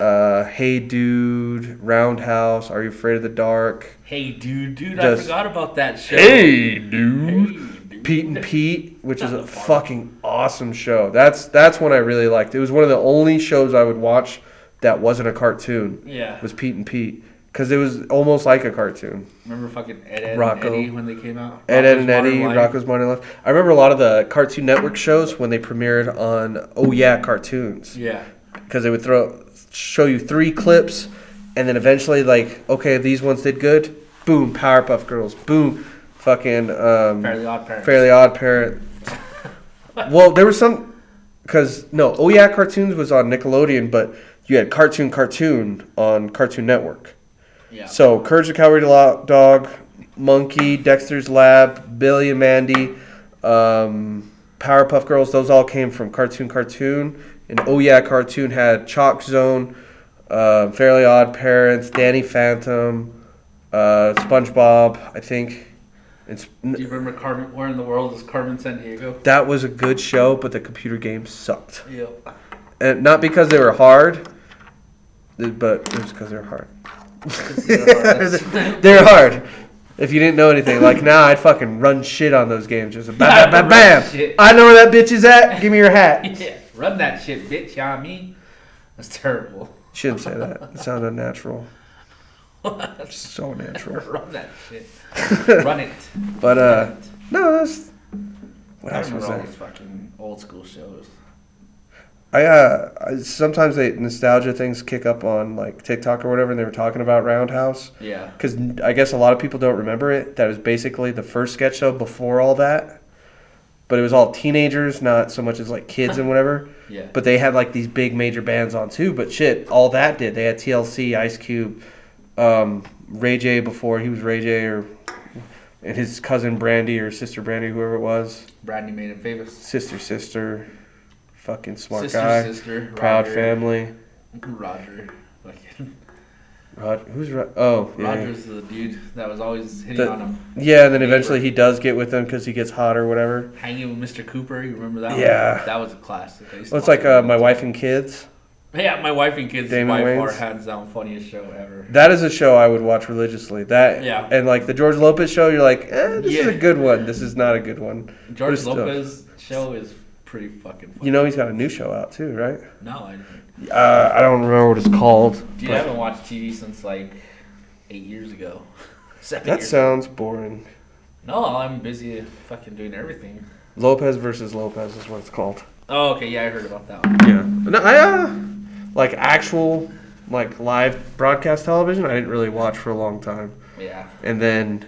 S3: uh, Hey Dude, Roundhouse, Are You Afraid of the Dark?
S1: hey dude, dude, I
S3: Does-
S1: forgot about that show. Hey,
S3: Dude.
S1: dude.
S3: Pete and Pete, which is a
S1: That's a fun-
S3: fucking awesome show. That's that's one I really liked. It was one of the only shows I would watch that wasn't a cartoon.
S1: Yeah.
S3: Was Pete and Pete because it was almost like a cartoon.
S1: Remember fucking Ed, Ed
S3: Rocco.
S1: and Eddie when they came out?
S3: Ed, Ed
S1: Rocco's
S3: and Eddie,
S1: Modern Life.
S3: Rocco's Modern Life. I remember a lot of the Cartoon Network shows when they premiered on Oh Yeah Cartoons
S1: Yeah.
S3: because they would throw show you three clips, and then eventually like okay these ones did good, boom Powerpuff Girls, boom fucking um,
S1: Fairly Odd Parents.
S3: Fairly Odd Parent. well, there was some because no, oh yeah, cartoons was on Nickelodeon, but you had Cartoon Cartoon on Cartoon Network.
S1: Yeah.
S3: So Courage the Cowardly Lo- Dog, Monkey, Dexter's Lab, Billy and Mandy, um, Powerpuff Girls. Those all came from Cartoon Cartoon, and oh yeah, Cartoon had Chalk Zone, uh, Fairly Odd Parents, Danny Phantom, uh, SpongeBob. I think. It's,
S1: do you remember Carmen? Where in the world is Carmen San Diego?
S3: that was a good show, but the computer games sucked.
S1: Yep.
S3: And not because they were hard, th- but it was because they were hard. [LAUGHS] they were hard. If you didn't know anything, like now I'd fucking run shit on those games. Just
S1: [LAUGHS]
S3: bam, bam, bam,
S1: Run
S3: bam.
S1: shit.
S3: I know where that bitch is at. Give me your hat.
S1: [LAUGHS] [LAUGHS] yeah. Run that shit, bitch. You know what I mean? That's terrible. [LAUGHS]
S3: Shouldn't say that. It sounds unnatural. so natural.
S1: Run that
S3: [LAUGHS]
S1: shit. Run it.
S3: But uh, no, that's what
S1: I
S3: else was
S1: remember all
S3: that?
S1: those fucking old school shows.
S3: I, uh, I sometimes they nostalgia things kick up on like TikTok or whatever, and they were talking about Roundhouse.
S1: Yeah.
S3: because I guess a lot of people don't remember it. That was basically the first sketch show before all that, but it was all teenagers, not so much as like kids and whatever.
S1: Yeah.
S3: But they had like these big major bands on too. But shit, all that did they had TLC, Ice Cube, um, Ray J before he was Ray J, or and his cousin Brandy or sister Brandy, whoever it was,
S1: Brandy made him famous.
S3: sister sister, fucking smart
S1: sister,
S3: guy,
S1: sister.
S3: proud
S1: Roger,
S3: family.
S1: Roger. Fucking-
S3: Rod, who's Rod? Oh, yeah.
S1: Roger's the dude that was always hitting
S3: The-
S1: on him.
S3: Yeah, and then eventually he does get with them because he gets hot or whatever.
S1: Hanging with Mr. Cooper. You remember that one?
S3: Yeah.
S1: That was a classic. I used to
S3: Well,
S1: watch
S3: it's like
S1: it all
S3: uh,
S1: the
S3: my
S1: time.
S3: wife and kids.
S1: Yeah, my wife and kids
S3: Damon
S1: is by far
S3: Wayans.
S1: hands down funniest show ever.
S3: That is a show I would watch religiously. That
S1: Yeah.
S3: and like the George Lopez show, you're like, eh, this is
S1: Yeah.
S3: a good one. This is not a good one.
S1: George
S3: still.
S1: Lopez show is pretty fucking funny.
S3: You know he's got a new show out too, right?
S1: no, I don't.
S3: Uh, I don't remember what it's called.
S1: Dude, I
S3: but
S1: haven't watched TV since like eight years ago. [LAUGHS] Seven
S3: that
S1: years.
S3: sounds boring.
S1: no, I'm busy fucking doing everything.
S3: Lopez versus Lopez is what it's called.
S1: Oh, okay, yeah, I heard about that one.
S3: Yeah. No, I, uh, like actual like live broadcast television, I didn't really watch for a long time.
S1: Yeah,
S3: And then
S1: I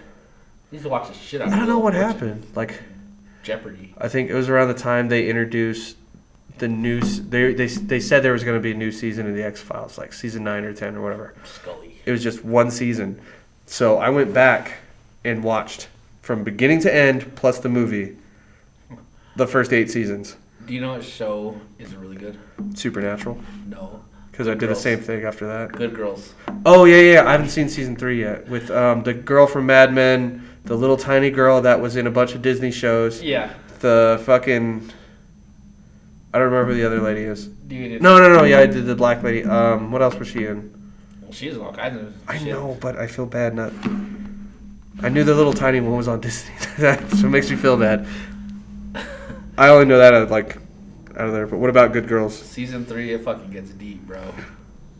S1: used to watch the shit out.
S3: I
S1: of
S3: don't know
S1: it.
S3: what
S1: Watch
S3: happened. Like
S1: Jeopardy.
S3: I think it was around the time they introduced the new. s- They they they said there was going to be a new season of the X Files, like season nine or ten or whatever.
S1: Scully.
S3: It was just one season, so I went back and watched from beginning to end, plus the movie, the first eight seasons.
S1: Do you know what show is really good?
S3: Supernatural,
S1: No,
S3: because I did the
S1: Girls.
S3: same thing after that.
S1: Good Girls.
S3: Oh yeah, yeah. I haven't seen season three yet with um, the girl from Mad Men, the little tiny girl that was in a bunch of Disney shows,
S1: Yeah,
S3: the fucking. I don't remember who the other lady is.
S1: dude. It,
S3: No, no, no. Yeah, I did the black lady. Um, what else was she in?
S1: she's in all kinds of.
S3: I
S1: shit.
S3: know, but I feel bad not. I knew the little tiny one was on [LAUGHS] Disney, That- so it makes me feel bad. I only know that out of, like out of there. But what about Good Girls?
S1: Season three, it fucking gets deep, bro.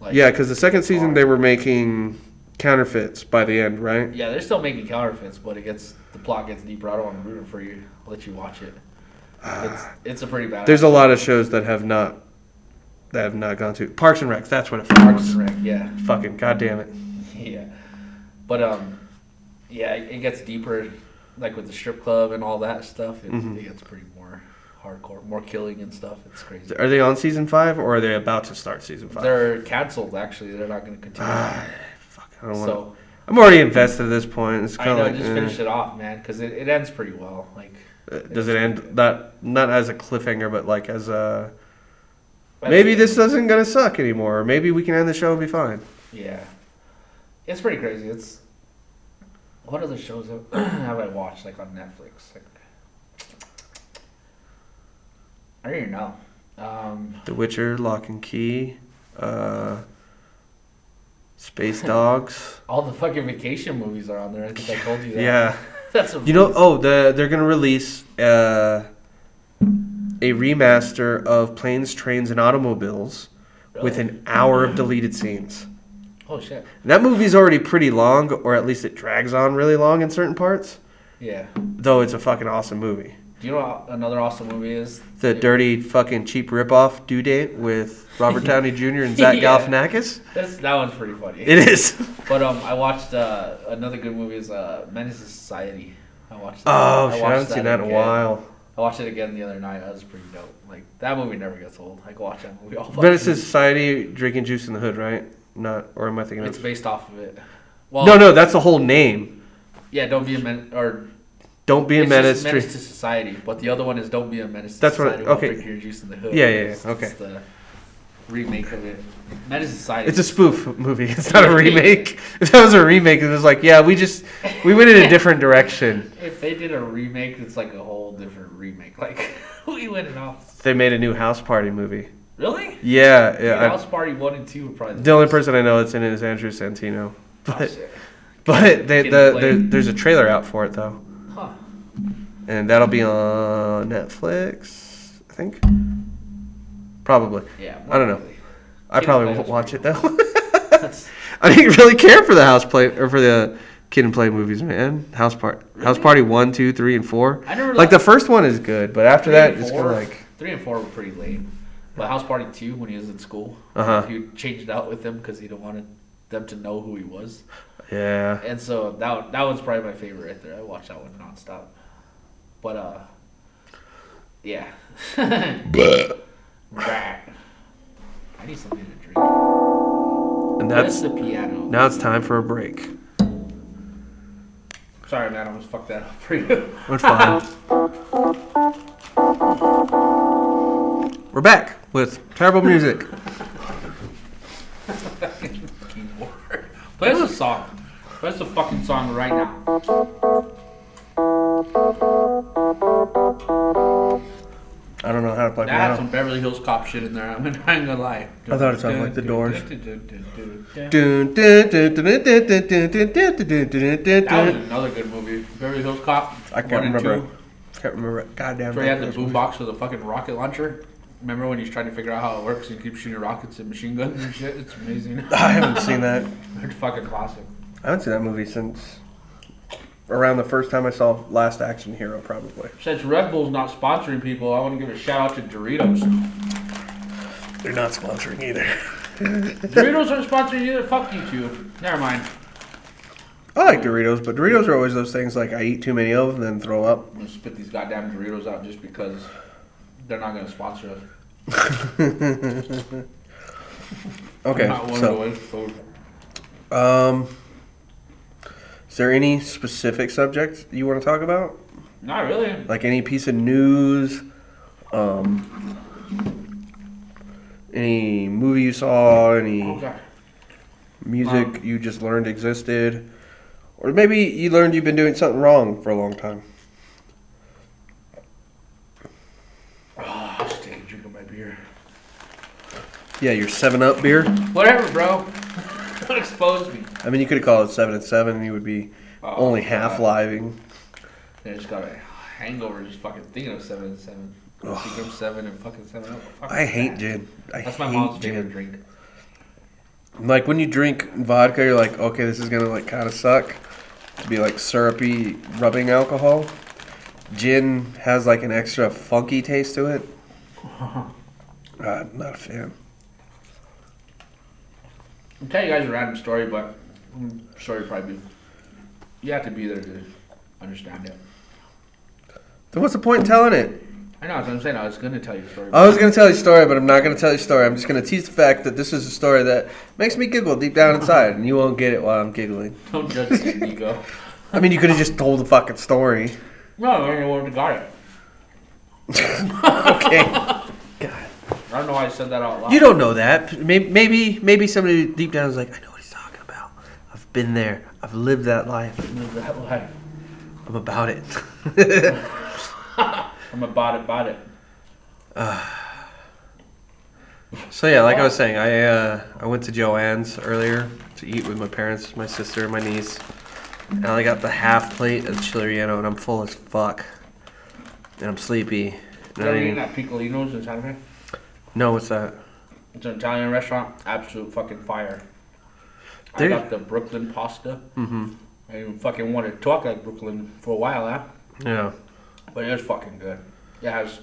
S1: Like,
S3: Yeah, because the second season they were making counterfeits by the end, right?
S1: Yeah, they're still making counterfeits, but it gets the plot gets deeper. I don't want to ruin it for you. I'll let you watch it. It's it's a pretty bad.
S3: Ah. There's a lot of shows that have not that have not gone to Parks and Rec. That's what it
S1: Parks
S3: was.
S1: and Rec, yeah,
S3: Fucking goddamn it.
S1: [LAUGHS] yeah, but um, yeah, it it gets deeper, like with the strip club and all that stuff. It,
S3: Mm-hmm.
S1: it gets pretty more hardcore, more killing and stuff. It's crazy.
S3: Are they on season five or are they about to start season 5
S1: They're canceled. Actually, they're not going to continue.
S3: Fuck, Ah, I don't want. to.
S1: so
S3: I'm already invested at this point. It's
S1: I
S3: kind
S1: know,
S3: of like
S1: just
S3: eh.
S1: finish it off, man, because it, it ends pretty well. Like
S3: Uh, Does it end not not as a cliffhanger, but like as a
S1: I
S3: maybe
S1: think-
S3: this isn't gonna suck anymore, or maybe we can end the show and be fine.
S1: Yeah, it's pretty crazy. It's what other shows have, [CLEARS THROAT] have I watched like on Netflix? Like, I don't even know. Um,
S3: The Witcher, Lock and Key, uh, Space Dogs.
S1: all the fucking vacation movies are on there. I think I told you that.
S3: yeah,
S1: [LAUGHS] that's a,
S3: you know. Oh, the they're gonna release uh, a remaster of Planes, Trains, and Automobiles with an hour of deleted scenes.
S1: oh shit.
S3: And that movie's already pretty long, or at least it drags on really long in certain parts.
S1: Yeah.
S3: Though it's a fucking awesome movie.
S1: Do you know what another awesome movie is?
S3: the
S1: It-
S3: dirty fucking cheap ripoff due date with
S1: [LAUGHS]
S3: Robert Downey Jr. and Zach
S1: Yeah.
S3: Galifianakis.
S1: That's, that one's pretty funny.
S3: It is.
S1: But um, I watched uh, another good movie is uh, Menace to Society. I watched. That.
S3: Oh,
S1: I
S3: shit, I
S1: watched
S3: haven't seen that in a
S1: again.
S3: while.
S1: I watched it again the other night. That was pretty dope. Like that movie never gets old. I can watch that movie all. fucking-
S3: Venice Society, drinking juice in the hood, right? Not, or am I thinking
S1: It's
S3: of?
S1: based off of it. Well,
S3: No, no, that's the whole name.
S1: Yeah, don't be a menace. Or
S3: Don't be a
S1: it's just
S3: menace. drink-
S1: menace to society. But the other one is don't be a menace. To
S3: That's what-
S1: society while
S3: okay.
S1: drinking your juice in the hood.
S3: Yeah, yeah, yeah,
S1: It's-
S3: okay.
S1: It's the remake of it. Menace to society.
S3: It's a spoof movie. [LAUGHS] It's not a remake. If that was a remake, it was like, yeah, we just we went in a different direction.
S1: If they did a remake, it's like a whole different remake. [LAUGHS] Like we went and off.
S3: They made a new house party movie.
S1: Really?
S3: Yeah, yeah.
S1: Dude,
S3: I-
S1: House Party One and Two were probably
S3: the only
S1: best.
S3: person I know that's in it is Andrew Santino.
S1: Oh,
S3: But
S1: shit.
S3: but they,
S1: Getting
S3: the, there,
S1: played.
S3: there's a trailer out for it though.
S1: Huh.
S3: and that'll be on Netflix, I think. Probably.
S1: Yeah.
S3: I don't know.
S1: probably.
S3: I
S1: Kid
S3: probably
S1: and
S3: won't
S1: Play
S3: watch it
S1: was
S3: though.
S1: [LAUGHS]
S3: [LAUGHS]
S1: That's-
S3: I didn't really care for the house play or for the kid and play movies, man. House part, house party one, two, three, and four.
S1: I never
S3: [LAUGHS] Like the first one is good, but after
S1: three
S3: that,
S1: and
S3: it's
S1: four-
S3: kind of like
S1: three and four were pretty lame. But House Party Two, when he was in school,
S3: Uh-huh.
S1: he changed it out with them because he didn't want them to know who he was.
S3: yeah.
S1: And so that one- that one's probably my favorite right there. I watched that one nonstop. But uh, yeah. [LAUGHS] Rat. I need something to drink.
S3: And
S1: That's
S3: that's
S1: the piano.
S3: now it's time for a break.
S1: Sorry, man. I almost fucked that up for you. [LAUGHS]
S3: We're fine. We're back with terrible music.
S1: Keyboard. Play us a song. Play us a fucking song right now.
S3: I don't know how to play
S1: That's
S3: Wow.
S1: some Beverly Hills Cop shit in there. I'm not gonna lie.
S3: I thought it sounded like The Doors.
S1: That
S3: Dun, dun, dun, dun, dun, dun, dun, dun, dun, dun, dun, dun, dun,
S1: was
S3: dun.
S1: another good movie. Beverly Hills Cop.
S3: I can't
S1: one and
S3: remember.
S1: two.
S3: Can't remember. it. Goddamn.
S1: That's where he had the
S3: records.
S1: boom box with a fucking rocket launcher. Remember when he's trying to figure out how it works and keeps shooting rockets and machine guns and shit? It's
S3: [LAUGHS]
S1: amazing.
S3: I haven't seen that.
S1: They're fucking classic.
S3: I haven't seen that movie since around the first time I saw Last Action Hero, probably.
S1: Since Red Bull's not sponsoring people, I want to give a shout out to Doritos.
S3: [LAUGHS] They're not sponsoring either.
S1: Doritos aren't sponsoring either. Fuck you two. Never mind.
S3: I like Doritos, but Doritos are always those things like I eat too many of them and then throw up.
S1: I'm gonna spit these goddamn Doritos out just because they're not gonna sponsor us.
S3: Okay,
S1: Not one
S3: so
S1: of the food.
S3: um, is there any specific subjects you want to talk about?
S1: Not really.
S3: Like any piece of news, um, any movie you saw, any
S1: Oh god.
S3: music you just learned existed, or maybe you learned you've been doing something wrong for a long time.
S1: Oh, I'm just taking a drink of my beer.
S3: Yeah, your Seven Up beer.
S1: Whatever, bro. [LAUGHS] Don't expose me.
S3: I mean, you could have called it Seven and Seven, and you would be
S1: Oh,
S3: only
S1: God.
S3: half living.
S1: I just got a hangover just fucking thinking of seven and seven.
S3: Ugh.
S1: Secret seven and fucking seven. Up. Fuck
S3: I hate
S1: that.
S3: gin. I
S1: That's my
S3: hate
S1: mom's
S3: gin.
S1: favorite drink.
S3: Like when you drink vodka, you're like, okay, this is gonna like kind of suck. To be like syrupy rubbing alcohol. Gin has like an extra funky taste to it. Uh, not a fan.
S1: I'll tell you guys a random story, but mm, story probably be, you have to be there to understand it.
S3: Then what's the point in telling it?
S1: I know that's what I'm saying. I was gonna tell you a story.
S3: I was gonna tell you a story, but I'm not gonna tell you a story. I'm just gonna tease the fact that this is a story that makes me giggle deep down inside, and you won't get it while I'm giggling.
S1: Don't judge me,
S3: [LAUGHS]
S1: Nico.
S3: I mean, you could have just told the fucking story.
S1: No, I don't know where we got it. [LAUGHS]
S3: Okay.
S1: I don't know why I said that out loud.
S3: You don't know that. Maybe, maybe, maybe somebody deep down is like, I know what he's talking about. I've been there. I've lived that life.
S1: live that life.
S3: I'm about it. [LAUGHS]
S1: I'm about it, about it.
S3: so yeah, like I was saying, I uh, I went to Joanne's earlier to eat with my parents, my sister, and my niece, and I got the half plate of chili relleno, and I'm full as fuck, and I'm sleepy.
S1: You
S3: And I
S1: ever eaten
S3: didn't-
S1: at Piccolino's in Santa Fe?
S3: no, what's that?
S1: It's an Italian restaurant. Absolute fucking fire.
S3: Dude.
S1: I got the Brooklyn pasta. Mm-hmm. I didn't even fucking want to talk like Brooklyn for a while, huh?
S3: Yeah.
S1: But it was fucking good. It has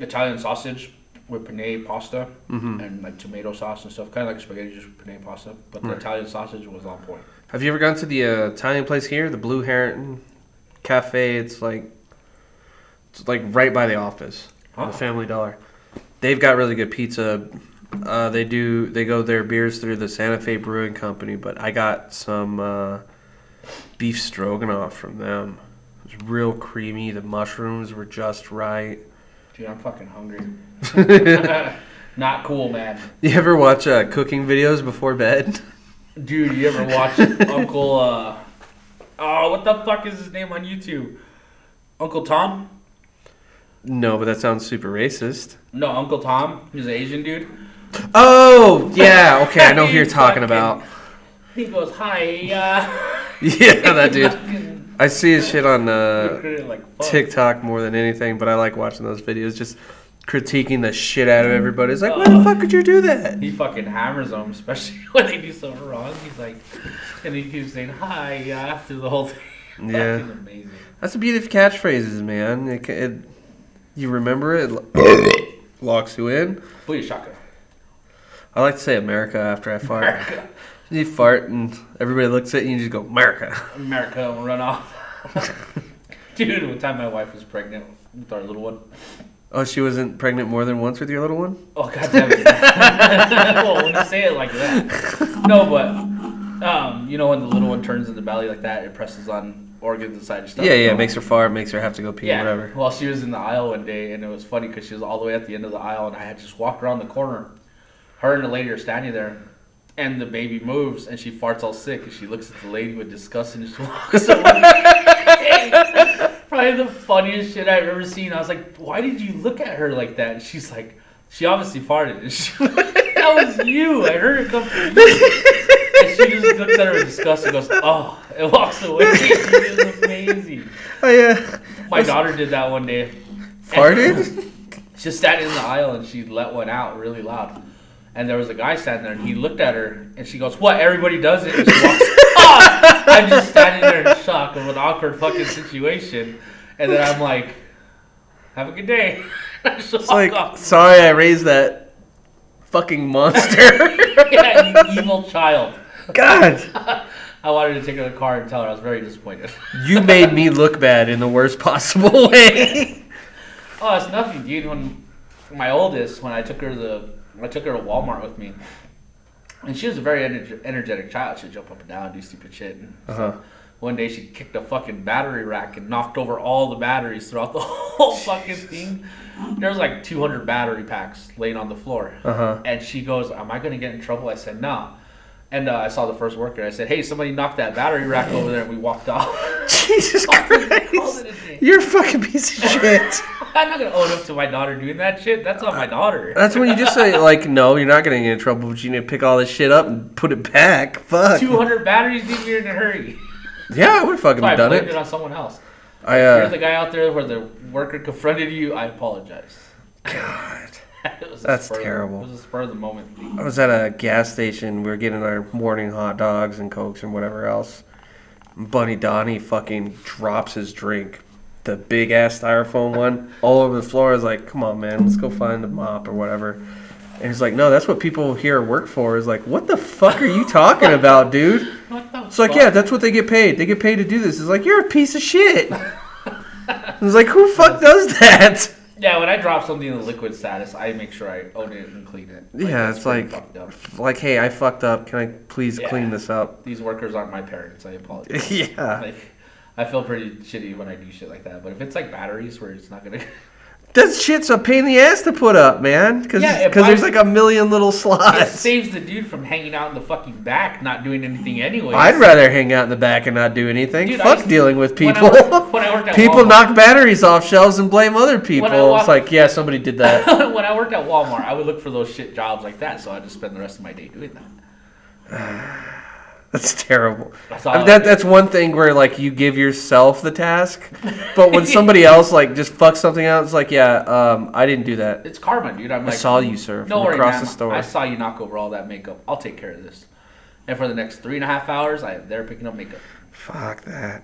S1: Italian sausage with penne pasta and like tomato sauce and stuff, kind of like spaghetti just with penne pasta. But the Italian sausage was on point.
S3: Have you ever gone to the uh, Italian place here, the Blue Heron Cafe? It's like, it's like right by the office, on the
S1: Huh.
S3: Family Dollar. They've got really good pizza. Uh, they do. They go their beers through the Santa Fe Brewing Company, but I got some uh, beef stroganoff from them. It was real creamy. The mushrooms were just right. [LAUGHS]
S1: Dude, I'm fucking hungry. [LAUGHS] Not cool, man.
S3: You ever watch uh, cooking videos before bed? [LAUGHS]
S1: Dude, you ever watch Uncle uh Oh, what the fuck is his name on YouTube? Uncle Tom?
S3: no, but that sounds super racist.
S1: No, Uncle Tom. He's an Asian dude.
S3: Oh yeah, okay, I know who
S1: [LAUGHS]
S3: you're
S1: You
S3: talking
S1: fucking-
S3: about.
S1: He goes, "Hi, uh."
S3: [LAUGHS] Yeah,
S1: [LAUGHS]
S3: that dude.
S1: Fucking
S3: I see his shit on
S1: look
S3: uh,
S1: at it like fuck.
S3: TikTok more than anything, but I like watching those videos, just critiquing the shit out of everybody. It's like, why the fuck could you do that?
S1: He fucking hammers them, especially [LAUGHS] when they do something wrong. He's like, and he keeps saying hi, yeah, through the whole thing. [LAUGHS]
S3: Yeah.
S1: Fucking amazing.
S3: That's the beauty of catchphrases, man. It, ca- it, you remember it, it [COUGHS] locks you in.
S1: Booyah shaka.
S3: I like to say America after I fart. You fart and everybody looks at you and you just go, America.
S1: America will run off. [LAUGHS] Dude, one time my wife was pregnant with our little one.
S3: Oh, she wasn't pregnant more than once with your little one?
S1: Oh god damn it! [LAUGHS] well, when you say it like that, no, but um, you know when the little one turns in the belly like that, it presses on organs and side stuff.
S3: Yeah, yeah, it makes her fart, makes her have to go pee,
S1: Yeah.
S3: whatever.
S1: Well, she was in the aisle one day, and it was funny because she was all the way at the end of the aisle, and I had just walked around the corner. Her and the lady are standing there, and the baby moves, and she [LAUGHS] farts all sick, and she looks at the lady with disgust and just walks away. probably the funniest shit I've ever seen. I was like, why did you look at her like that? And she's like, she obviously farted. [LAUGHS] And she, that was you. I heard it come from you. And she just looks at her in disgust and goes, oh, and walks away. [LAUGHS] It was amazing.
S3: I, uh,
S1: My daughter did that one day.
S3: farted?
S1: [LAUGHS] She sat in the aisle and she let one out really loud. And there was a guy standing there and he looked at her and she goes, What? Everybody does it. And she
S3: [LAUGHS]
S1: walks off. I'm just standing there in shock of an awkward fucking situation. And then I'm like, Have a good day. [LAUGHS] I just
S3: It's
S1: walk
S3: like,
S1: off.
S3: sorry I raised that fucking monster.
S1: Yeah, you evil child.
S3: God,
S1: I wanted to take her to the car and tell her I was very disappointed. [LAUGHS]
S3: you made me look bad in the worst possible way.
S1: Oh, it's nothing, dude. When my oldest, when I took her to the, I took her to Walmart with me, and she was a very energ- energetic child. She'd jump up and down, do stupid shit. And
S3: Uh-huh.
S1: One day, she kicked a fucking battery rack and knocked over all the batteries throughout the [LAUGHS] whole fucking thing. There was like 200 battery packs laying on the floor.
S3: Uh-huh.
S1: And she goes, "Am I gonna get in trouble?" I said, "No." And uh, I saw the first worker. I said, "Hey, somebody knocked that battery rack over there," and we walked off. [LAUGHS]
S3: Jesus Christ. You're a fucking piece of shit.
S1: I'm not gonna own up to my daughter doing that shit. That's on my daughter.
S3: That's when you just say, like, no, you're not going to get in trouble, but you need to pick all this shit up and put it back. Fuck.
S1: 200 batteries, dude, you're in a hurry.
S3: Yeah, I would have fucking
S1: So I
S3: done
S1: blamed it.
S3: it.
S1: on someone else.
S3: I,
S1: Here's the
S3: uh,
S1: guy out there where the worker confronted you. I apologize. [LAUGHS]
S3: God.
S1: It was a
S3: That's
S1: spur of-
S3: terrible.
S1: It was a spur of the moment. thing.
S3: I was at a gas station. We were getting our morning hot dogs and cokes and whatever else. Bunny Donnie fucking drops his drink, the big ass styrofoam one, all over the floor. I was like, "Come on, man, let's go find a mop or whatever." And he's like, "No, that's what people here work for." Is like, "What the fuck are you talking about, dude?"
S1: What the
S3: It's like,
S1: fuck?
S3: "Yeah, that's what they get paid. They get paid to do this." It's like, "You're a piece of shit." I was like, "Who fuck does that?" [LAUGHS]
S1: Yeah, when I drop something in the liquid status, I make sure I own it and clean it.
S3: Yeah,
S1: that's
S3: it's
S1: pretty
S3: like-
S1: fucked up.
S3: Like, hey, I fucked up. Can I please
S1: Yeah.
S3: clean this up? [LAUGHS]
S1: These workers aren't my parents. I apologize.
S3: yeah.
S1: Like, I feel pretty shitty when I do shit like that. But if it's like batteries where it's not gonna. [LAUGHS]
S3: That shit's a pain in the ass to put up, man. Because
S1: Yeah, it
S3: there's
S1: buys-
S3: like a million little
S1: It
S3: slots.
S1: saves the dude from hanging out in the fucking back, not doing anything anyway.
S3: I'd rather hang out in the back and not do anything.
S1: Dude, I
S3: Fuck
S1: used to-
S3: dealing with
S1: when I
S3: people.
S1: worked- when I worked at
S3: [LAUGHS] people
S1: Walmart.
S3: knock batteries off shelves and blame other people.
S1: walked-
S3: it's like, yeah, somebody did that.
S1: [LAUGHS] when I worked at Walmart, I would look for those shit jobs like that, so I just spend the rest of my day doing that.
S3: that's terrible.
S1: That's all
S3: I mean,
S1: I
S3: that,
S1: do.
S3: that's one thing where like you give yourself the task, but
S1: [LAUGHS]
S3: when somebody else like just fucks something out, it's like, yeah, um, I didn't do that.
S1: It's karma, dude. I'm like,
S3: saw you, sir,
S1: Don't
S3: from
S1: worry,
S3: across
S1: ma'am.
S3: the store."
S1: I saw you knock over all that makeup. I'll take care of this. And for the next three and a half hours, I am there picking up makeup.
S3: Fuck that.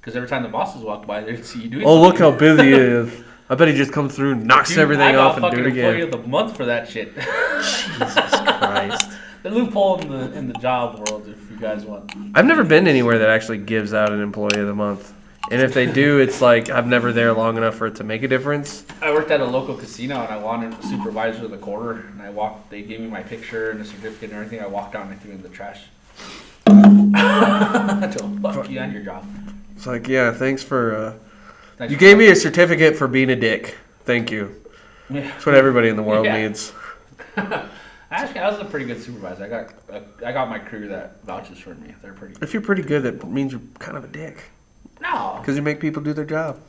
S1: Because every time the bosses walk by, they'd see you doing.
S3: Oh, look
S1: something. [LAUGHS]
S3: how busy he is. I bet he just comes through, knocks
S1: Dude, I
S3: everything
S1: got
S3: off, and
S1: fucking
S3: do it
S1: employee
S3: again.
S1: of the month for that shit. [LAUGHS]
S3: Christ.
S1: the loophole in the in the job world, if you guys want.
S3: I've never been anywhere that actually gives out an employee of the month. And if they do, it's like I'm never there long enough for it to make a difference.
S1: I worked at a local casino and I wanted a supervisor of the quarter. And I walked, they gave me my picture and a certificate and everything. I walked out and I threw it in the trash. [LAUGHS] so, fuck you and your job.
S3: It's like, yeah, thanks for. Uh,
S1: Thanks
S3: you
S1: for
S3: gave me a certificate for being a dick. Thank you.
S1: Yeah.
S3: That's what everybody in the
S1: [LAUGHS]
S3: world
S1: Yeah.
S3: needs.
S1: Actually, I was a pretty good supervisor. I got I got my crew that vouches for me. They're pretty.
S3: If you're pretty good, that means you're kind of a dick
S1: No,
S3: because you make people do their job.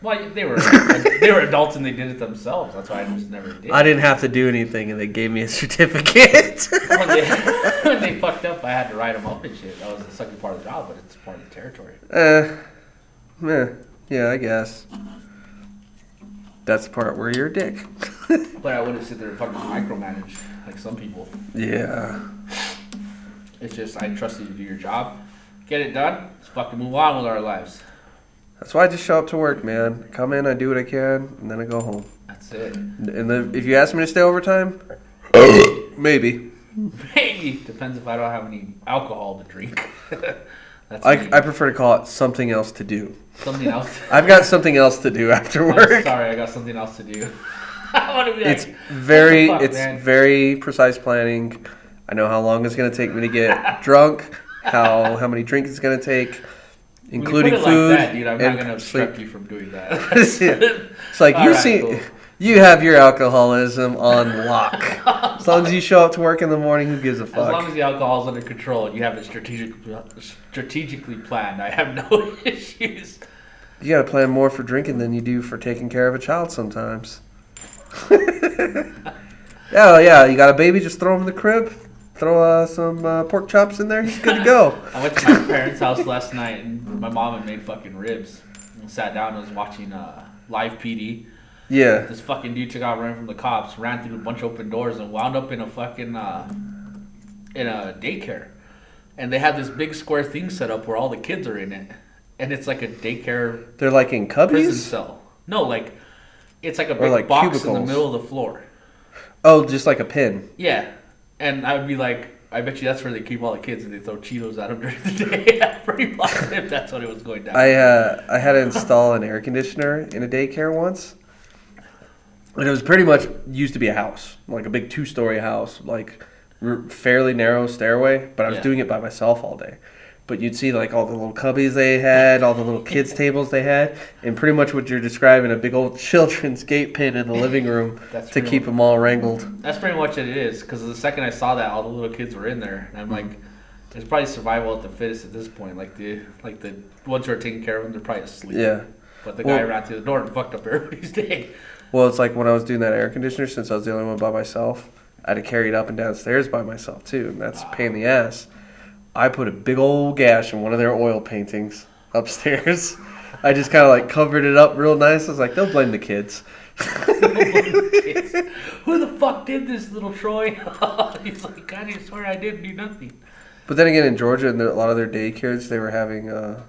S1: well, they were [LAUGHS] they were adults and they did it themselves. That's why I just never did.
S3: I didn't have to do anything, and they gave me a [LAUGHS] certificate.
S1: [LAUGHS]
S3: [LAUGHS]
S1: when, they, when they fucked up, I had to write them up and shit. That was the sucky part of the job, but it's part of the territory.
S3: uh, meh. yeah, I guess. That's the part where you're a dick. [LAUGHS]
S1: But I wouldn't sit there and fucking micromanage like some people.
S3: yeah.
S1: It's just I trust you to do your job, get it done. Let's fucking move on with our lives.
S3: That's why I just show up to work, man. I come in, I do what I can, and then I go home.
S1: That's it. [LAUGHS]
S3: And then if you ask me to stay overtime, maybe.
S1: Maybe depends if I don't have any alcohol to drink. [LAUGHS] That's
S3: I,
S1: me.
S3: I prefer to call it something else to do.
S1: something else.
S3: I've got something else to do [LAUGHS] after
S1: I'm
S3: [LAUGHS] work.
S1: sorry, I got something else to do. [LAUGHS] I want to be like,
S3: It's very
S1: what the fuck,
S3: it's
S1: man?
S3: very precise planning. I know how long it's gonna take me to
S1: [LAUGHS]
S3: get drunk, how how many drinks it's gonna take,
S1: When you
S3: including
S1: put it
S3: food
S1: Like that, dude, I'm
S3: and
S1: not gonna
S3: sleep.
S1: obstruct you from doing that.
S3: [LAUGHS]
S1: [LAUGHS]
S3: Yeah. It's like
S1: All
S3: you
S1: right,
S3: see,
S1: cool.
S3: you have your alcoholism
S1: [LAUGHS]
S3: on lock. as long as you show up to work in the morning, who gives a
S1: As long
S3: fuck?
S1: as the alcohol's under control and you have it strategic, strategically planned, I have no [LAUGHS] issues.
S3: You got to plan more for drinking than you do for taking care of a child sometimes. [LAUGHS] oh yeah, you got a baby, just throw him in the crib, throw uh, some uh, pork chops in there, he's good
S1: [LAUGHS]
S3: to go.
S1: I went to my parents' house last night, and my mom had made fucking ribs. And sat down and was watching uh, live PD.
S3: Yeah,
S1: This fucking dude took out ran from the cops, ran through a bunch of open doors, and wound up in a fucking uh, in a daycare. And they had this big square thing set up where all the kids are in it, and it's like a daycare
S3: they're like in
S1: prison
S3: cubbies.
S1: cell. No, like it's like a big
S3: like
S1: box in
S3: cubicles.
S1: the middle of the floor.
S3: Oh, just like a pin.
S1: Yeah, and I would be like, I bet you that's where they keep all the kids and they throw Cheetos at them during the [LAUGHS] day. I'm pretty positive that's what it was going down.
S3: I uh, I had to install an air conditioner in a daycare once, and it was pretty much used to be a house, like a big two story house, like r- fairly narrow stairway. But I was
S1: Yeah.
S3: doing it by myself all day. But you'd see like all the little cubbies they had, all the little
S1: [LAUGHS]
S3: kids tables they had, and pretty much what you're describing—a big old [LAUGHS] children's gate pin in the living room
S1: That's
S3: to
S1: real.
S3: keep them all wrangled.
S1: that's pretty much what it is. Because the second I saw that, all the little kids were in there, and I'm
S3: Mm-hmm.
S1: like, it's probably survival at the fittest at this point. Like the like the ones who are taking care of them, they're probably asleep.
S3: Yeah.
S1: But the
S3: Well-
S1: guy ran through the door and fucked up [LAUGHS] everybody's day.
S3: Well, it's like when I was doing that air conditioner, since I was the only one by myself, I had to carry it up and downstairs by myself too, and that's a pain in the ass. I put a big old gash in one of their oil paintings [LAUGHS] upstairs. I just kind of like covered it up real nice. I was like, they'll blame the kids. [LAUGHS]
S1: Who the fuck did this, little Troy? [LAUGHS] He's like, God, I swear I didn't do nothing. [LAUGHS]
S3: But then again, in Georgia, and a lot of their daycares, they were having uh,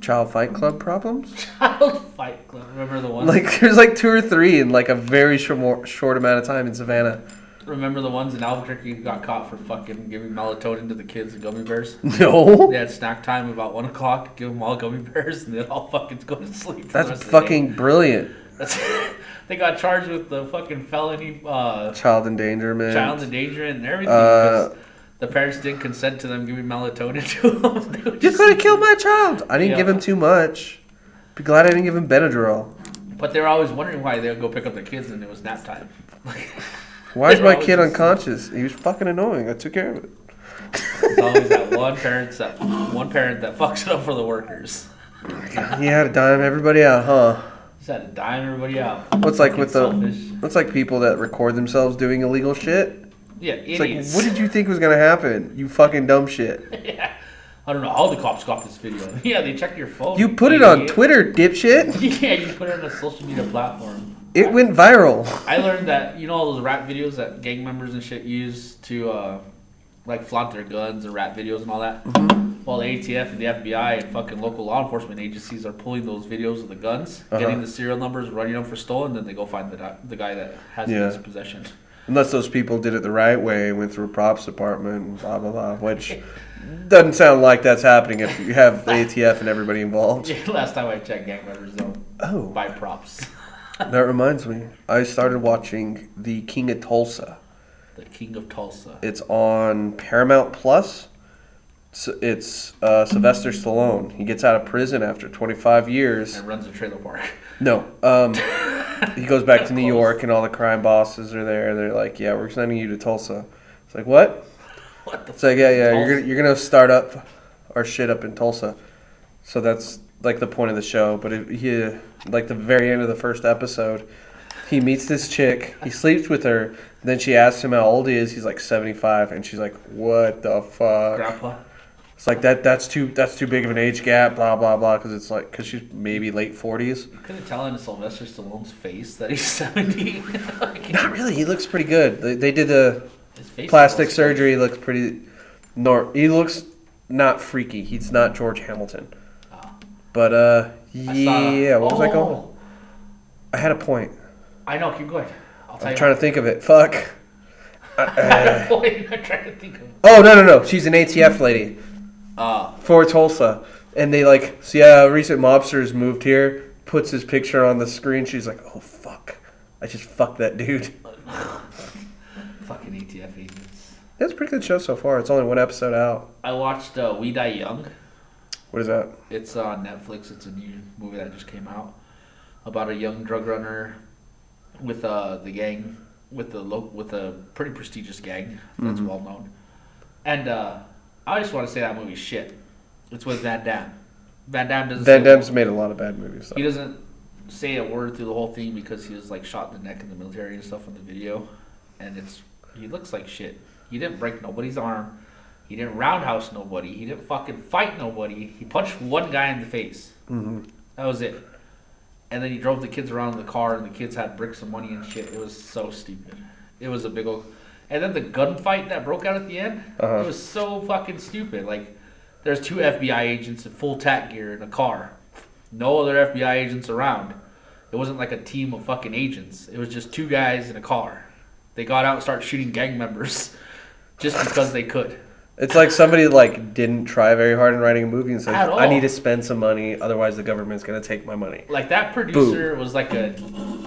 S3: child fight club problems. [LAUGHS]
S1: Child Fight Club. Remember the one?
S3: Like there's like two or three in like a very short short amount of time in Savannah. [LAUGHS]
S1: Remember the ones in Albuquerque who got caught for fucking giving melatonin to the kids and gummy bears?
S3: No.
S1: They had snack time about one o'clock, give them all gummy [LAUGHS] bears, and they'd all fucking go to sleep. For the
S3: That's
S1: rest of the day.
S3: fucking brilliant.
S1: That's- [LAUGHS] they got charged with the fucking felony uh,
S3: Child endangerment.
S1: child endangerment and everything.
S3: Uh,
S1: 'cause the parents didn't consent to them giving melatonin [LAUGHS] to them. They would
S3: You
S1: just-
S3: could have killed my child. I didn't
S1: Yeah.
S3: give him too much. Be glad I didn't give him Benadryl.
S1: but they were always wondering why they would go pick up the kids and it was nap time. [LAUGHS]
S3: Why is
S1: They were
S3: my
S1: always
S3: kid
S1: Oh, just-
S3: unconscious? He was fucking annoying. I took care of it.
S1: It's [LAUGHS] always that one parent that one parent that [LAUGHS] fucks it up for the workers.
S3: [LAUGHS] He had to dime everybody out, huh?
S1: Just had to dime everybody out.
S3: What's like with the?
S1: Fucking selfish.
S3: What's like people that record themselves doing illegal shit?
S1: Yeah,
S3: It's
S1: idiots.
S3: like, what did you think was gonna happen? You fucking dumb shit.
S1: [LAUGHS] yeah. I don't know how the cops got this video. [LAUGHS] Yeah, they checked your phone.
S3: You put it on
S1: idiot.
S3: Twitter, dipshit.
S1: [LAUGHS] Yeah, you put it on a social media platform.
S3: It went viral.
S1: I learned that you know all those rap videos that gang members and shit use to uh, like flaunt their guns and rap videos and all that.
S3: Mm-hmm.
S1: Well, the ATF and the FBI and fucking local law enforcement agencies are pulling those videos of the guns,
S3: Uh-huh.
S1: getting the serial numbers, running them for stolen, then they go find the di- the guy that has it in
S3: Yeah.
S1: his [LAUGHS] possession.
S3: Unless those people did it the right way and went through props department and blah blah blah,
S1: [LAUGHS]
S3: which doesn't sound like that's happening if you have the ATF and everybody involved.
S1: Last time I checked, gang members don't
S3: Oh.
S1: buy props. [LAUGHS]
S3: That reminds me, I started watching The King of Tulsa.
S1: the King of Tulsa.
S3: It's on Paramount Plus. S- It's uh, Sylvester Stallone. He gets out of prison after 25 years.
S1: and runs a trailer park. [LAUGHS]
S3: No, um, he goes back to New
S1: Close.
S3: York, and all the crime bosses are there. They're like, "Yeah, we're sending you to Tulsa." It's like, "What?"
S1: What the
S3: It's like, "Yeah, yeah, you're
S1: Tulsa.
S3: gonna, you're gonna start up our shit up in Tulsa." So that's like the point of the show. But it, he, like the very end of the first episode, he meets this chick. He sleeps with her. Then she asks him how old he is. He's like 75, and she's like, "What the fuck?"
S1: grandpa?
S3: It's like that. That's too. That's too big of an age gap. Blah blah blah. Because it's like, because she's maybe late 40s.
S1: Could have tell in Sylvester Stallone's face that he's [LAUGHS] seventy.
S3: Not really. He looks pretty good. They, they did the
S1: His face
S3: plastic
S1: is-
S3: surgery. Looks pretty. Nor he looks not freaky. He's not George Hamilton.
S1: Ah.
S3: But uh,
S1: I saw-
S3: yeah. What was I going?
S1: Oh,
S3: I had a point.
S1: I know. Keep going. I'll tell
S3: I'm
S1: you.
S3: trying to think of it. Fuck.
S1: [LAUGHS] I'm trying to think of.
S3: Oh no no no. She's an ATF lady
S1: Ah,
S3: for Tulsa, and they like. So yeah, a recent mobsters moved here. Puts his picture on the screen. She's like, oh fuck. I just fucked that dude.
S1: [LAUGHS]
S3: [LAUGHS]
S1: fucking ATF agents.
S3: That's a pretty good show so far. It's only one episode out.
S1: I watched uh, We Die Young.
S3: What is that?
S1: It's on Netflix. It's a new movie that just came out about a young drug runner with uh, the gang, with the lo- with a pretty prestigious gang that's
S3: Mm-hmm.
S1: well known. And uh, I just want to say that movie's shit. It's with Van Damme. Van Damme doesn't.
S3: Van
S1: say-
S3: Damme's made a lot of bad movies. though.
S1: He doesn't say a word through the whole thing because he was like shot in the neck in the military and stuff in the video, and it's he looks like shit. He didn't break nobody's arm. He didn't roundhouse nobody. He didn't fucking fight nobody. He punched one guy in the face. That was it. And then he drove the kids around in the car, and the kids had bricks of money and shit. It was so stupid. It was a big old. And then the gunfight that broke out at the end,
S3: Uh-huh.
S1: it was so fucking stupid. Like, there's two FBI agents in full tac gear in a car. No other FBI agents around. It wasn't like a team of fucking agents. It was just two guys in a car. They got out and started shooting gang members [LAUGHS] just because they could.
S3: It's like somebody like didn't try very hard in writing a movie and said,
S1: At
S3: "I
S1: all.
S3: need to spend some money, otherwise the government's gonna take my money."
S1: like that producer was like a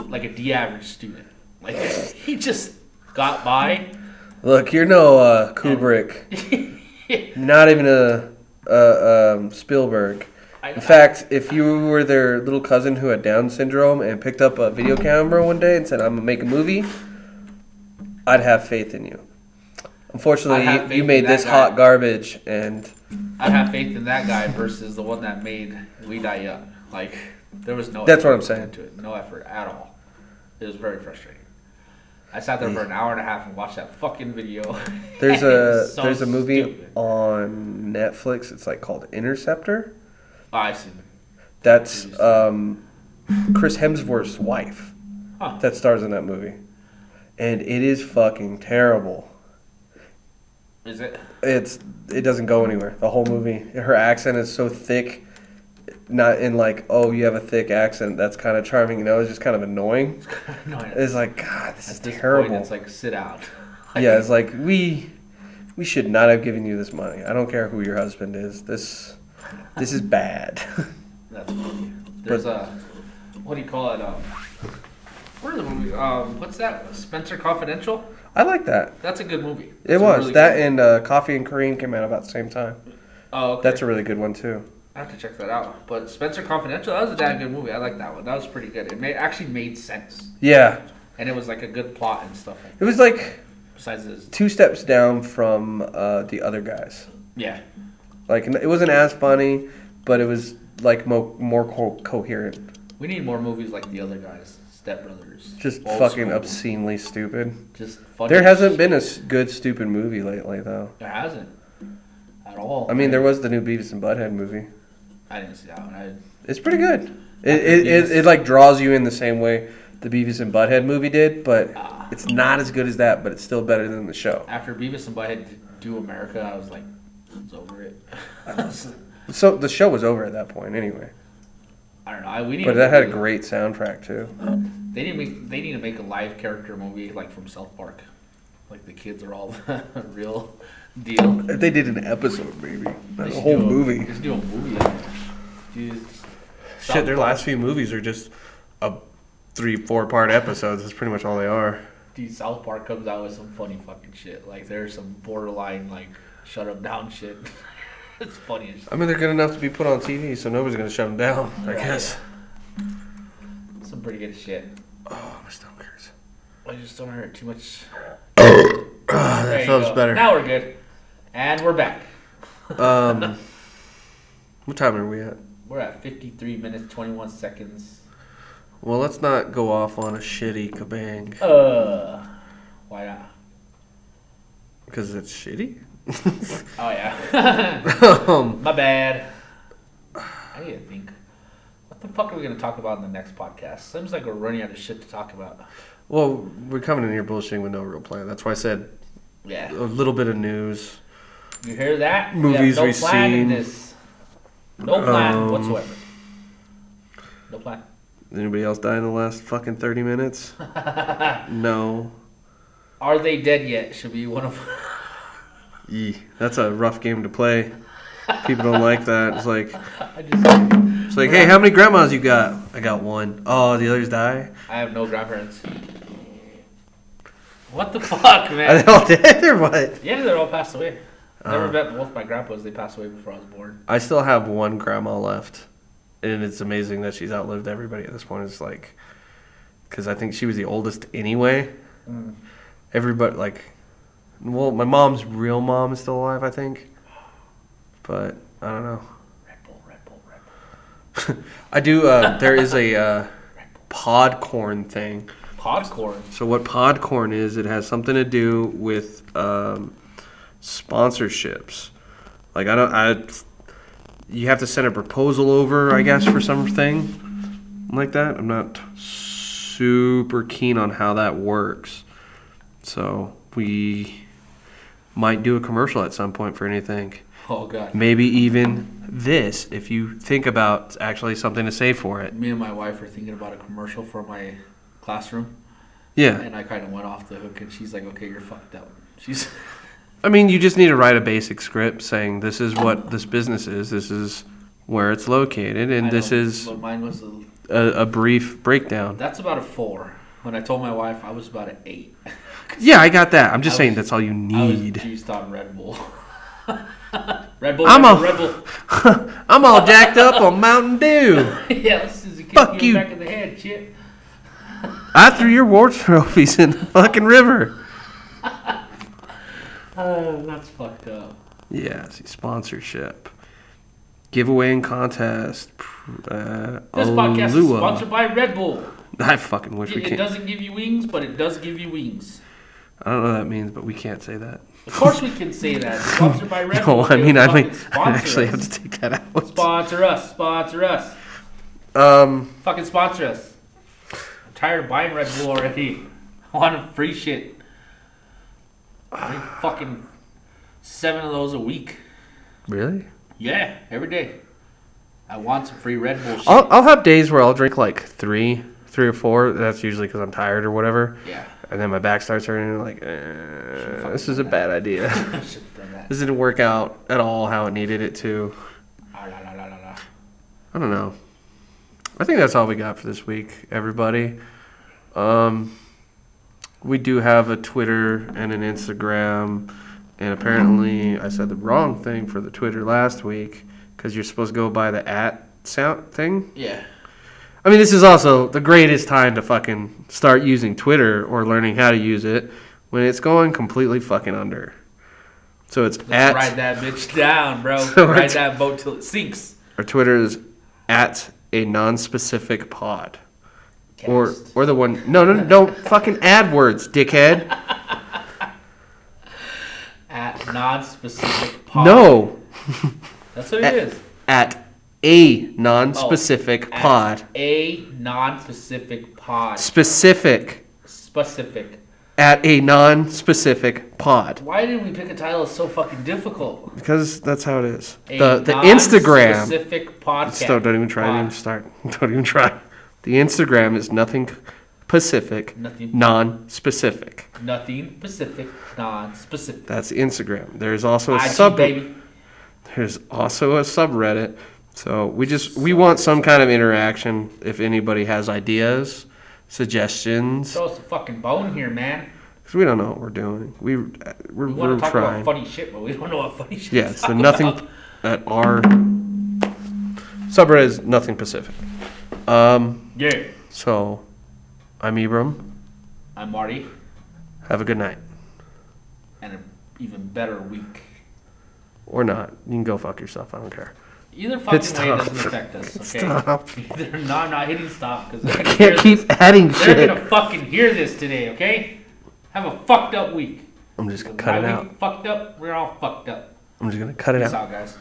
S1: like a D average student. Like he just got by.
S3: Look, you're no uh, Kubrick,
S1: [LAUGHS]
S3: not even a, a um, Spielberg.
S1: I-
S3: In fact, if you were their little cousin who had Down syndrome and picked up a video camera one day and said, "I'm gonna make a movie," I'd have faith in you.
S1: I
S3: Unfortunately,
S1: have
S3: you,
S1: faith
S3: you
S1: in
S3: made
S1: that
S3: this
S1: guy.
S3: hot garbage, and
S1: I have faith in that guy versus the one that made We Die Young. Like there was no
S3: That's what
S1: effort
S3: I'm saying.
S1: into it. No effort at all. It was very frustrating. I sat there for an hour and a half and watched that fucking video.
S3: [LAUGHS]
S1: [LAUGHS]
S3: There's
S1: It
S3: a
S1: was so
S3: there's a movie
S1: stupid.
S3: on Netflix. It's like called Interceptor.
S1: Oh, I seen it.
S3: That's um, Chris Hemsworth's wife
S1: Huh.
S3: that stars in that movie, and it is fucking terrible.
S1: Is it? [LAUGHS]
S3: It's it doesn't go anywhere. The whole movie. Her accent is so thick, not in like oh you have a thick accent that's kind of charming. You know, it's just kind of annoying.
S1: no, I-
S3: It's like God, this
S1: at
S3: is
S1: this
S3: terrible.
S1: point, it's like sit out. [LAUGHS] Like,
S3: yeah, it's like we we should not have given you this money. I don't care who your husband is. This this is bad. [LAUGHS]
S1: That's funny. There's a what do you call it? Um, what are the movies? Um, what's that? Spencer Confidential.
S3: I like that.
S1: That's a good movie.
S3: It
S1: It's a
S3: was
S1: really
S3: that
S1: good-
S3: and uh, Coffee and Cream came out about the same time.
S1: oh, okay.
S3: That's a really good one too.
S1: I have to check that out. But Spencer Confidential, that was a damn good movie. I like that one. That was pretty good. It made, actually made sense,
S3: Yeah,
S1: and it was like a good plot and stuff. Like
S3: it was like
S1: besides this,
S3: two steps down from uh, the other guys.
S1: yeah,
S3: Like it wasn't as funny, but it was like mo- more co- coherent.
S1: we need more movies like the other guys, Step Brothers.
S3: Just
S1: Old
S3: fucking
S1: School,
S3: obscenely stupid.
S1: Just fucking.
S3: There hasn't been a s- good stupid movie lately though.
S1: There hasn't. At all.
S3: I mean, there was the new Beavis and Butthead movie.
S1: I didn't see that one. I,
S3: It's pretty good. It, it, it, it like draws you in the same way the Beavis and Butthead movie did, but it's not as good as that, but it's still better than the show.
S1: after Beavis and Butthead did do America, I was like, it's over it. [LAUGHS] I don't
S3: So the show was over at that point anyway.
S1: know. I, we need.
S3: But
S1: to
S3: that had a
S1: make-
S3: great soundtrack too.
S1: They need to make. They need to make a live character movie like from South Park. Like the kids are all [LAUGHS] real deal.
S3: If they did an episode maybe, not
S1: They
S3: a
S1: should
S3: whole
S1: do
S3: movie.
S1: Just do a movie. Of it. Dude,
S3: Shit, their last few movies are just a three, four part episodes. That's pretty much all they are.
S1: dude, South Park comes out with some funny fucking shit. Like there's some borderline like shut up down shit. [LAUGHS] it's funny. As shit.
S3: I mean, they're good enough to be put on TV, so nobody's gonna shut them down. I guess.
S1: Some pretty good shit.
S3: Oh, my stomach hurts.
S1: I just don't hear too much.
S3: Ah,
S1: There
S3: that
S1: you
S3: feels
S1: go.
S3: better.
S1: Now we're good, and we're back.
S3: Um, [LAUGHS] what time are we at?
S1: We're at 53 minutes 21 seconds.
S3: Well, let's not go off on a shitty kabang
S1: Uh, why not?
S3: because it's shitty. [LAUGHS]
S1: Oh yeah, [LAUGHS]
S3: um,
S1: my bad. I need to think. What the fuck are we gonna talk about in the next podcast? Seems like we're running out of shit to talk about.
S3: well, we're coming in here bullshitting with no real plan. That's why I said a
S1: Yeah,
S3: little bit of news.
S1: you hear that?
S3: Movies
S1: we have no
S3: we've
S1: plan
S3: seen.
S1: in this. No plan
S3: Um,
S1: whatsoever. No plan.
S3: Did anybody else die in the last fucking thirty minutes? no.
S1: Are they dead yet? Should be one of. [LAUGHS]
S3: Yee. That's a rough game to play. People don't like that. It's like,
S1: I just.
S3: it's like, hey, how many grandmas you got? I got one. Oh, the others die.
S1: I have no grandparents. What the fuck,
S3: Are
S1: man?
S3: they all [LAUGHS] dead or what?
S1: Yeah, they're all passed away.
S3: Uh.
S1: Never met both my grandpas. They passed away before I was born.
S3: I still have one grandma left, and it's amazing that she's outlived everybody at this point. It's like, because I think she was the oldest anyway. Everybody like, well, my mom's real mom is still alive, I think, but I don't know.
S1: Red Bull, Red Bull, Red Bull.
S3: I do. Uh, there is a uh, [LAUGHS] podcorn thing.
S1: Podcorn.
S3: So what podcorn is? It has something to do with um, sponsorships. Like I don't. I you have to send a proposal over, I guess, for something like that. I'm not super keen on how that works. So we might do a commercial at some point for anything
S1: Oh god.
S3: maybe even this if you think about actually something to say for it.
S1: Me and my wife were thinking about a commercial for my classroom,
S3: Yeah.
S1: and I kind of went off the hook, and she's like, "Okay, you're fucked up." She's
S3: I mean, you just need to write a basic script saying this is what this business is, this is where it's located,
S1: [LAUGHS]
S3: and
S1: I
S3: this
S1: know,
S3: is
S1: But mine was a,
S3: a, a brief breakdown.
S1: that's about a four. When I told my wife, I was about an eight.
S3: Yeah, I got that. I'm just
S1: I
S3: saying
S1: was-
S3: that's all
S1: I
S3: you
S1: was
S3: need.
S1: juiced on Red Bull. [LAUGHS] Red Bull.
S3: I'm
S1: Red, Bull, Red
S3: a-
S1: Bull. [LAUGHS]
S3: I'm all jacked up on Mountain Dew.
S1: yeah, this is a kick you in
S3: Fuck
S1: the
S3: you.
S1: back of the head, shit.
S3: I threw your war trophies in the fucking river.
S1: Oh, that's fucked up.
S3: Yeah, see, sponsorship. Giveaway and contest. Uh,
S1: This podcast is
S3: Alua.
S1: sponsored by Red Bull.
S3: I fucking wish we
S1: It, it
S3: could.
S1: doesn't give you wings, but it does give you wings.
S3: I don't know what that means, but we can't say that.
S1: Of course, we can say that. Sponsored
S3: [LAUGHS]
S1: by Red Bull.
S3: No, I
S1: They
S3: mean, I
S1: fucking
S3: mean, [LAUGHS] I
S1: sponsor
S3: actually
S1: us.
S3: have to take that out.
S1: sponsor us. Sponsor us.
S3: Um,
S1: Fucking sponsor us. I'm tired of buying Red Bull already. [LAUGHS] I want free shit. I drink fucking seven of those a week.
S3: really?
S1: Yeah, every day. I want some free Red Bull shit.
S3: I'll, I'll have days where I'll drink like three, three or four. That's usually because I'm tired or whatever,
S1: yeah. [LAUGHS]
S3: and then my back starts hurting. Like, eh, this is a bad idea. [LAUGHS]
S1: I should have done that.
S3: this didn't work out at all how it needed it to.
S1: Ah, la, la, la, la, la.
S3: I don't know. I think that's all we got for this week, everybody. Um, we do have a Twitter and an Instagram, and apparently I said the wrong thing for the Twitter last week because you're supposed to go by the at sound thing.
S1: Yeah.
S3: I mean, this is also the greatest time to fucking start using Twitter or learning how to use it when it's going completely fucking under. So it's
S1: Let's
S3: at
S1: ride that bitch down, bro.
S3: [LAUGHS] So
S1: ride
S3: it's-
S1: that boat till it sinks.
S3: Our Twitter is at a non-specific pod. Or
S1: Cast.
S3: or the one no no no don't fucking add words, dickhead.
S1: at non-specific pod.
S3: No.
S1: that's what it is.
S3: At a non-specific
S1: Oh, At
S3: pod.
S1: a non-specific pod.
S3: Specific.
S1: Specific.
S3: At a non-specific pod.
S1: Why didn't we pick a title that's so fucking difficult?
S3: Because that's how it is.
S1: A
S3: the the Instagram.
S1: Specific podcast.
S3: So don't even try. Don't even
S1: Pod.
S3: start. [LAUGHS] Don't even try. The Instagram is nothing Pacific,
S1: Nothing.
S3: non-specific.
S1: Nothing specific. Non-specific.
S3: That's Instagram. There's also a
S1: IG,
S3: sub.
S1: baby.
S3: There's also a subreddit. So we just we want some kind of interaction. If anybody has ideas, suggestions,
S1: Throw us a fucking bone here, man.
S3: because we don't know what we're doing. We uh, we're,
S1: We
S3: we are
S1: want to talk
S3: trying.
S1: about funny shit, but we don't know what funny shit.
S3: yeah,
S1: to
S3: it's the
S1: talk about.
S3: nothing at our subreddit is nothing Pacific. Um,
S1: [LAUGHS] Yeah.
S3: so I'm Ibram.
S1: I'm Marty,
S3: Have a good night,
S1: and an even better week.
S3: or not. You can go fuck yourself. I don't care.
S1: Either fucking
S3: Hit
S1: way it
S3: stop.
S1: doesn't affect us, okay? [LAUGHS]
S3: Stop.
S1: Either, no, I'm not hitting stop because I
S3: Can't keep [LAUGHS] adding
S1: They're
S3: shit.
S1: gonna fucking hear this today, okay? Have a fucked up week.
S3: I'm just gonna cut it
S1: My
S3: out.
S1: week Fucked up. We're all fucked up.
S3: I'm just gonna cut it
S1: Peace
S3: out.
S1: out, guys.